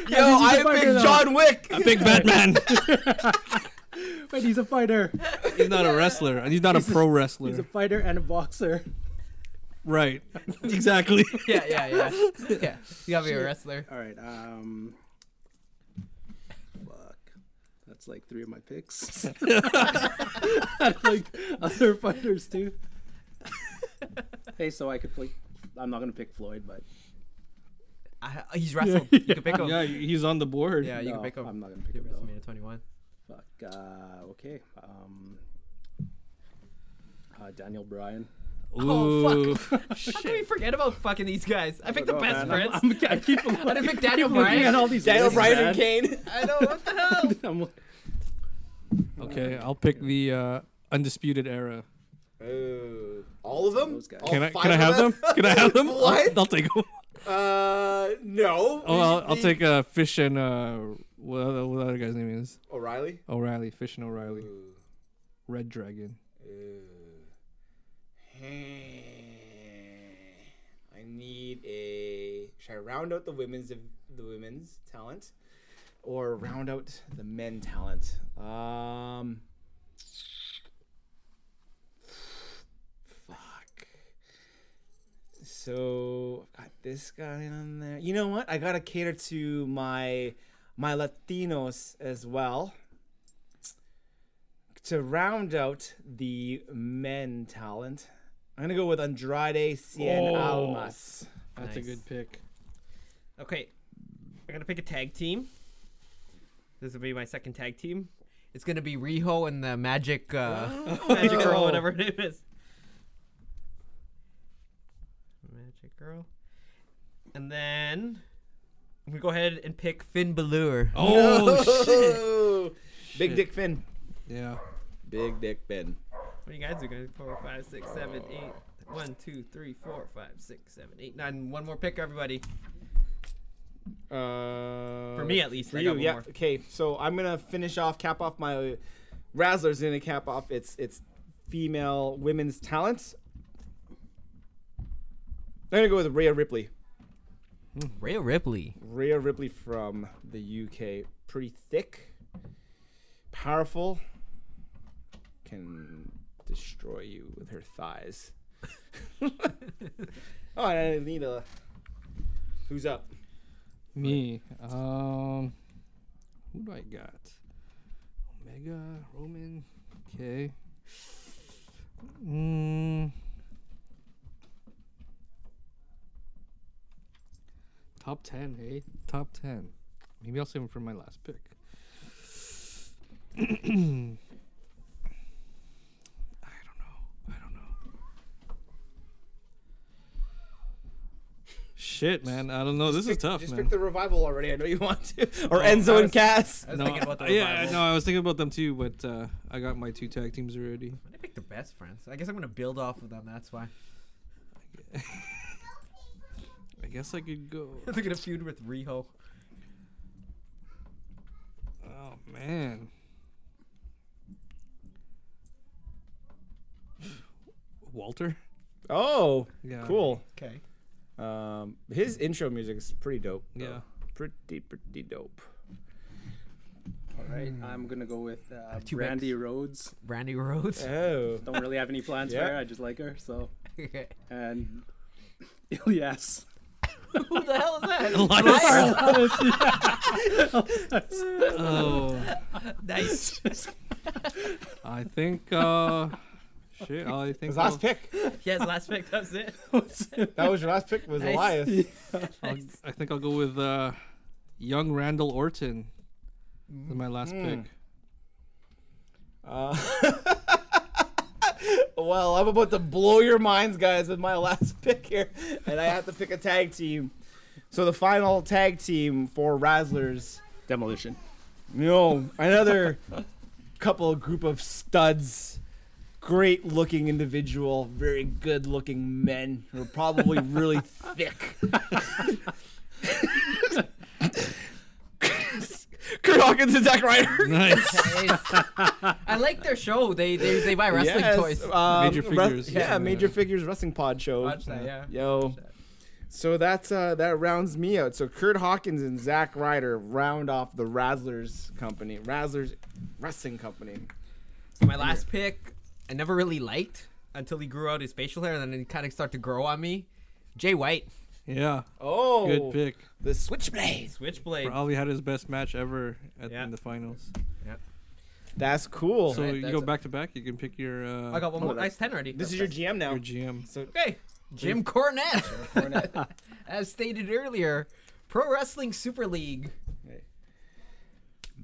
E: (laughs)
A: Yo, I
C: a fighter,
A: picked
C: though.
A: John
B: (laughs)
A: Wick.
B: Big Batman.
C: Wait, he's a fighter.
B: He's not a wrestler. and He's not a pro wrestler.
C: He's a fighter and a boxer.
B: Right. Exactly.
E: yeah, yeah, yeah. Yeah. You gotta be a wrestler.
C: All right. Um. That's like three of my picks. (laughs) like other fighters too. hey, so I could play. I'm not gonna pick Floyd, but
E: I, he's wrestled. You can pick him.
B: Yeah, he's on the board.
E: Yeah, you
C: no,
E: can pick him.
C: I'm not gonna pick
E: You're
C: him. though.
E: WrestleMania 21.
C: Fuck. Uh, okay. Um, uh,
A: (laughs)
C: Daniel Bryan.
E: (laughs) Oh fuck! How can we forget about fucking these guys? I picked the
C: don't know,
E: best
C: Oh, man.
E: friends.
C: (laughs) I'm, I'm, I keep
E: I didn't pick Daniel
C: looking at
E: Bryan.
C: all
A: (laughs)
C: these
A: Daniel
C: lists,
A: Bryan
C: man.
A: and Kane.
E: I know what
A: (laughs)
E: the hell.
C: (laughs) I'm like,
B: Okay, I'll pick the uh, undisputed era.
A: Ooh. Uh, All of them?
C: Those guys.
A: All
B: Can I
A: five
B: can I
A: of
B: have them? Can I
A: (laughs)
B: have them? I'll-
A: What?
B: I'll, take them.
A: Uh, no.
B: Oh, I'll, I'll take uh, Fish and uh, what other, what other guy's name is
A: O'Reilly.
B: O'Reilly. Fish and O'Reilly. Red Dragon.
A: Uh, (sighs) I need a. Should I round out the women's div- the women's talent, or round out the men talent? Um. Fuck. So I've got this guy on there. You know what? I gotta cater to my my Latinos as well to round out the men talent, I'm gonna go with Andrade Cien Almas.
E: Nice.
B: That's a good pick.
E: Okay, I'm gonna pick a tag team. This will be my second tag team. It's gonna be Riho and the Magic uh, Magic Girl, whatever her name is. Magic Girl, and then we go ahead and pick Finn Balor.
B: Oh
A: (laughs)
B: shit!
A: Oh, Big Dick Finn.
B: Yeah.
A: Big Dick Finn.
E: What do you guys do? Guys, four, five, six, seven, eight. One, two, three, four, five, six, seven, eight, nine. One more pick, everybody.
A: Uh,
E: For me, at least.
A: For
E: I
A: you,
E: got one
A: yeah.
E: more.
A: Okay, so I'm gonna finish off, cap off my Razzler's gonna cap off its its female women's talents. I'm gonna go with Rhea Ripley.
E: Rhea Ripley.
A: Rhea Ripley from the UK. Pretty thick, powerful, can destroy you with her
B: (laughs)
A: thighs. oh, and I need a. Who's up?
B: Me. Um. Who do I got? Omega Roman. Okay. Mm. Top ten, eh? Top ten. Maybe I'll save them for my last pick. (clears throat) I don't know. I don't know. Shit, man. I don't know. This is tough,
A: Just
B: man.
A: pick the revival already. I know you want to. Or Enzo and Cass.
E: I was thinking about the
B: yeah,
E: revival.
B: no, I was thinking about them too, but uh, I got my two tag teams already.
E: I picked the best friends. I guess I'm gonna build off of them. That's why.
B: I guess I
E: (laughs)
B: could go.
E: (laughs) They're gonna feud with Riho.
B: Oh man. Walter.
A: Oh,
B: Yeah.
A: cool.
E: Okay.
A: Um, his intro music is pretty dope. though.
E: (laughs)
B: Yeah.
A: Pretty, pretty dope.
C: all right, I'm gonna go with uh,
E: two
C: Brandy Rhodes.
E: Brandy Rhodes.
A: Oh.
C: Don't really have any
A: (laughs)
C: plans
A: Yeah.
C: for her. I just like her. So
E: (laughs) Okay.
C: and (laughs) Ilyas.
E: Who the hell is (laughs) that?
B: Oh,
E: nice.
B: I think. uh Shit, I think
G: His
B: I'll,
G: last pick.
E: Yes, last pick. That's (laughs) it.
A: (laughs)
G: That was your last pick.
B: (laughs)
G: Was
E: Nice.
G: Elias.
B: I'll- I think I'll go with uh, young Randall Orton. as my last pick. (laughs)
G: Uh, (laughs) well, I'm about to blow your minds, guys, with
A: (laughs)
G: my last pick here,
A: and I have to pick a tag team. So the final tag team for Razzlers.
C: Demolition.
A: No, another couple group of studs. Great looking individual, very good looking men who are probably really thick. Kurt Hawkins and Zack Ryder.
B: Nice.
E: (laughs) I like their show. They they, they buy wrestling
A: Yes,
E: toys.
A: um,
B: Major
A: wres-
B: Figures.
A: yeah,
B: Yeah.
A: Major Figures Wrestling Pod Show.
E: Watch that. Yeah.
A: Yo. So that's uh, that rounds me out. So Kurt Hawkins and Zack Ryder round off the Razzlers company, Razzlers Wrestling Company.
E: So my last pick, I never really liked until he grew out his facial hair, and then he kind of started to grow on me. Jay White,
B: Yeah.
A: Oh,
B: Good pick.
A: The Switchblade.
E: Switchblade.
B: Probably had his best match ever at,
E: Yeah.
B: in the finals.
E: Yeah.
A: That's cool.
B: So
N: Alright,
B: you
N: that's
B: go
N: it.
B: back to back. You can pick your. Uh,
E: I got one more.
A: Oh,
E: Nice ten already.
A: this is your GM now.
B: your GM.
A: So
E: Hey, Jim Cornette. (laughs) As stated earlier, Pro Wrestling Super League.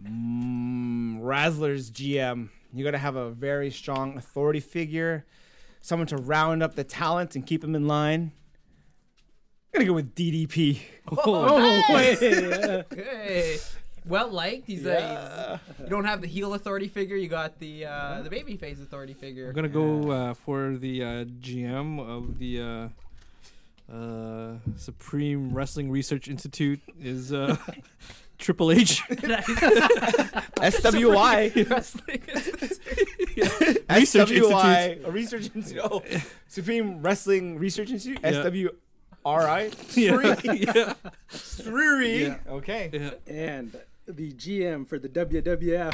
A: Mm, Razzler's GM. You got to have a very strong authority figure, someone to round up the talent and keep them in line. I'm gonna go with DDP.
C: Oh, wait.
E: (laughs) Hey. Well liked. He's
A: Yeah.
E: a. You don't have the heel authority figure. You got the uh, the baby face authority
B: I'm
E: figure.
B: gonna go uh, for the uh, GM of the uh, uh, Supreme Wrestling Research Institute is uh, (laughs) Triple H.
A: SWI.
E: (laughs) Wrestling.
A: (laughs)
B: Research
A: SWI. A research institute. Oh, Supreme Wrestling Research Institute.
B: Yeah.
A: SWRI.
B: yeah. (laughs) yeah.
A: Sriri.
B: Yeah.
A: Okay.
B: yeah.
C: and the GM for the WWF,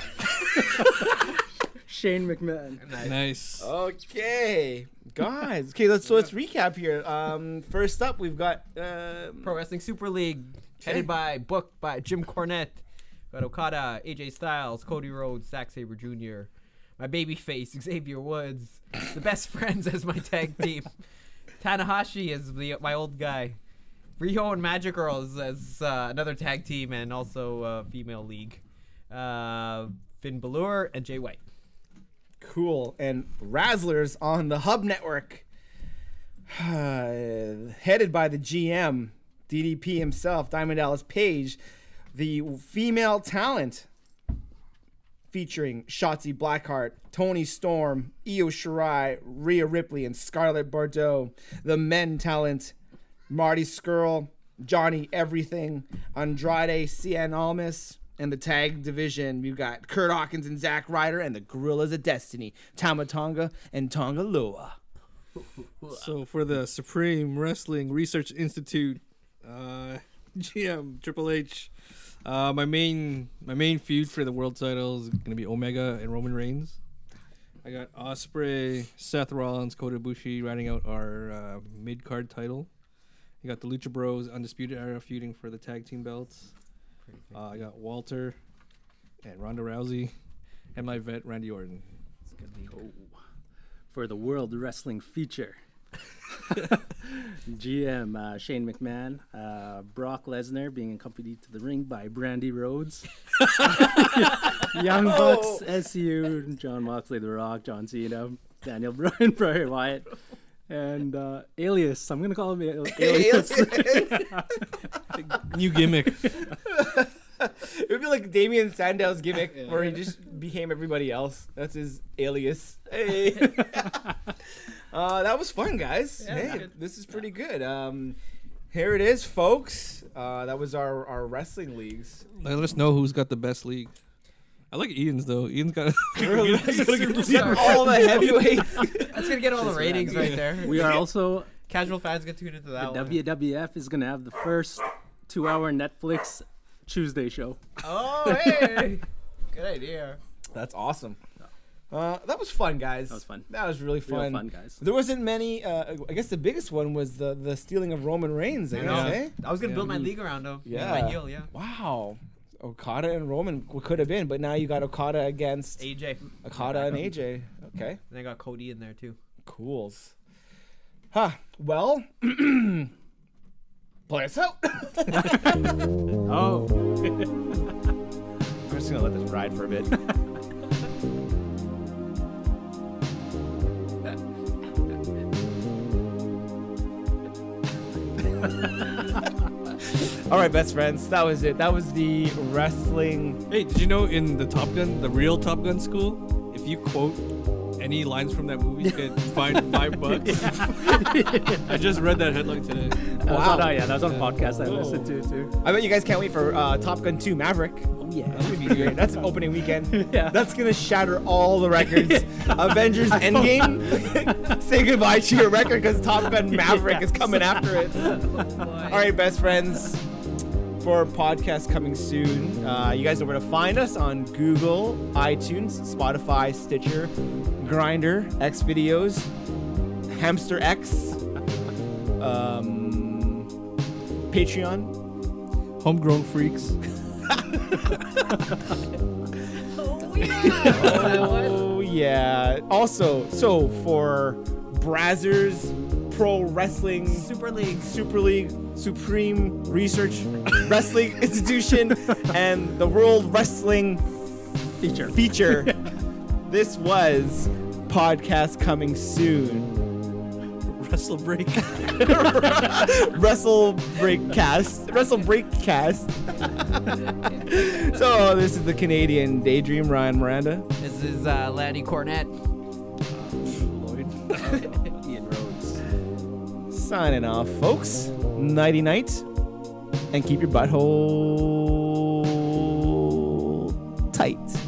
A: (laughs)
C: Shane McMahon.
B: Nice.
A: Okay, guys. Okay, let's so let's recap here. Um, first up, we've got um,
E: Pro Wrestling Super League, headed by booked by Jim Cornette, got Okada, AJ Styles, Cody Rhodes, Zack Saber Jr., my babyface (laughs) Xavier Woods, the best (laughs) friends as my tag team, Tanahashi as the my old guy, Rio and Magic Girls as uh, another tag team and also uh, female league, uh, Finn Balor and Jay White.
A: cool and Razzlers on the Hub Network, (sighs) headed by the GM DDP himself, Diamond Dallas Page, the female talent, featuring Shotzi Blackheart, Tony Storm, Io
C: (laughs)
A: Shirai, Rhea Ripley, and Scarlett Bordeaux. The men talent, Marty Skrull, Johnny Everything, Andrade, Cien Almas, and the tag division. We've got Kurt Hawkins and Zack Ryder, and the Gorillas of Destiny, Tama Tonga and Tonga Loa.
B: So for the Supreme Wrestling Research Institute, uh, (laughs) GM Triple H, uh, my main my main feud for the world title is gonna be Omega and Roman Reigns. I got Osprey, Seth Rollins, Kota Ibushi riding out our uh, mid card title. You got the Lucha Bros, Undisputed Era feuding for the tag team belts. Uh, I got Walter and Ronda Rousey, and my vet Randy Orton.
C: For the World Wrestling feature, GM uh, Shane McMahon, uh, Brock Lesnar being accompanied to the ring by Brandy Rhodes, Young Bucks, SU, John Moxley, The Rock, John Cena, Daniel Bryan, (laughs) Bray Wyatt, and uh, Alias. I'm gonna call him Al- (laughs) Alias.
B: New gimmick.
A: It would be like Damien Sandow's gimmick, where he just became everybody else. That's his alias. Hey. (laughs) uh, that was fun, guys. hey, this is pretty good. Um, here it is, folks. Uh, that was our, our wrestling leagues.
B: Let us know who's got the best league. I like Ian's though. Ian's got. (laughs)
E: (laughs)
A: (laughs) All the heavyweights.
E: That's gonna get all the ratings right there.
C: we are also
E: Casual fans get tuned into that
C: the
E: one.
C: WWF is gonna have the first two-hour Netflix Tuesday show.
E: oh hey, good idea.
A: That's awesome. Uh, that was fun, guys. That
C: was fun.
A: That was really
C: Real
A: fun.
C: fun, guys.
A: There wasn't many. Uh, I guess the biggest one was the the stealing of Roman Reigns. I
E: know.
A: guess. eh?
E: I was gonna build my league around him. Yeah,
A: Yeah.
E: my heel, yeah.
A: Wow. Okada and Roman w- could have been, but now you got Okada against
E: AJ, and
A: Okada and AJ. Okay.
E: they got Cody in there too.
A: Cools. Huh. Well. (clears throat) Play us out. (laughs) I'm (laughs)
C: Oh.
A: just gonna let this ride for a bit. (laughs) All right, best friends. That was it. That was the wrestling
B: hey, did you know in the Top Gun, the real Top Gun school, if you quote any lines from that movie, you (laughs) get fined five bucks. (laughs) I just read that headline today.
C: That was
A: Wow.
C: on, oh, yeah, that was on a podcast I listened to too.
A: I bet you guys can't wait for uh, Top Gun 2 Maverick. Oh, yeah. That's going to be great. That's opening weekend.
C: Yeah.
A: That's going to shatter all the records. Avengers Endgame. Say goodbye to your record because Top Gun Maverick is coming after it. all right, best friends. For podcast coming soon, uh, you guys know where to find us on Google, iTunes, Spotify, Stitcher, Grinder, X Videos, Hamster X, um, Patreon,
B: Homegrown freaks.
E: (laughs)
A: Oh yeah. Also, so for Brazzers Pro Wrestling Super League, Super League, Supreme Research Wrestling (laughs) Institution, and the World Wrestling Feature. Feature. this was podcast coming soon.
O: Wrestle break.
A: Wrestle Breakcast. Wrestle Breakcast. (laughs) so this is the Canadian Daydream Ryan Miranda.
D: This is uh, Lanny Cornett.
A: (laughs)
C: Ian Rhodes.
A: signing off, folks. Nighty night, and keep your butthole tight.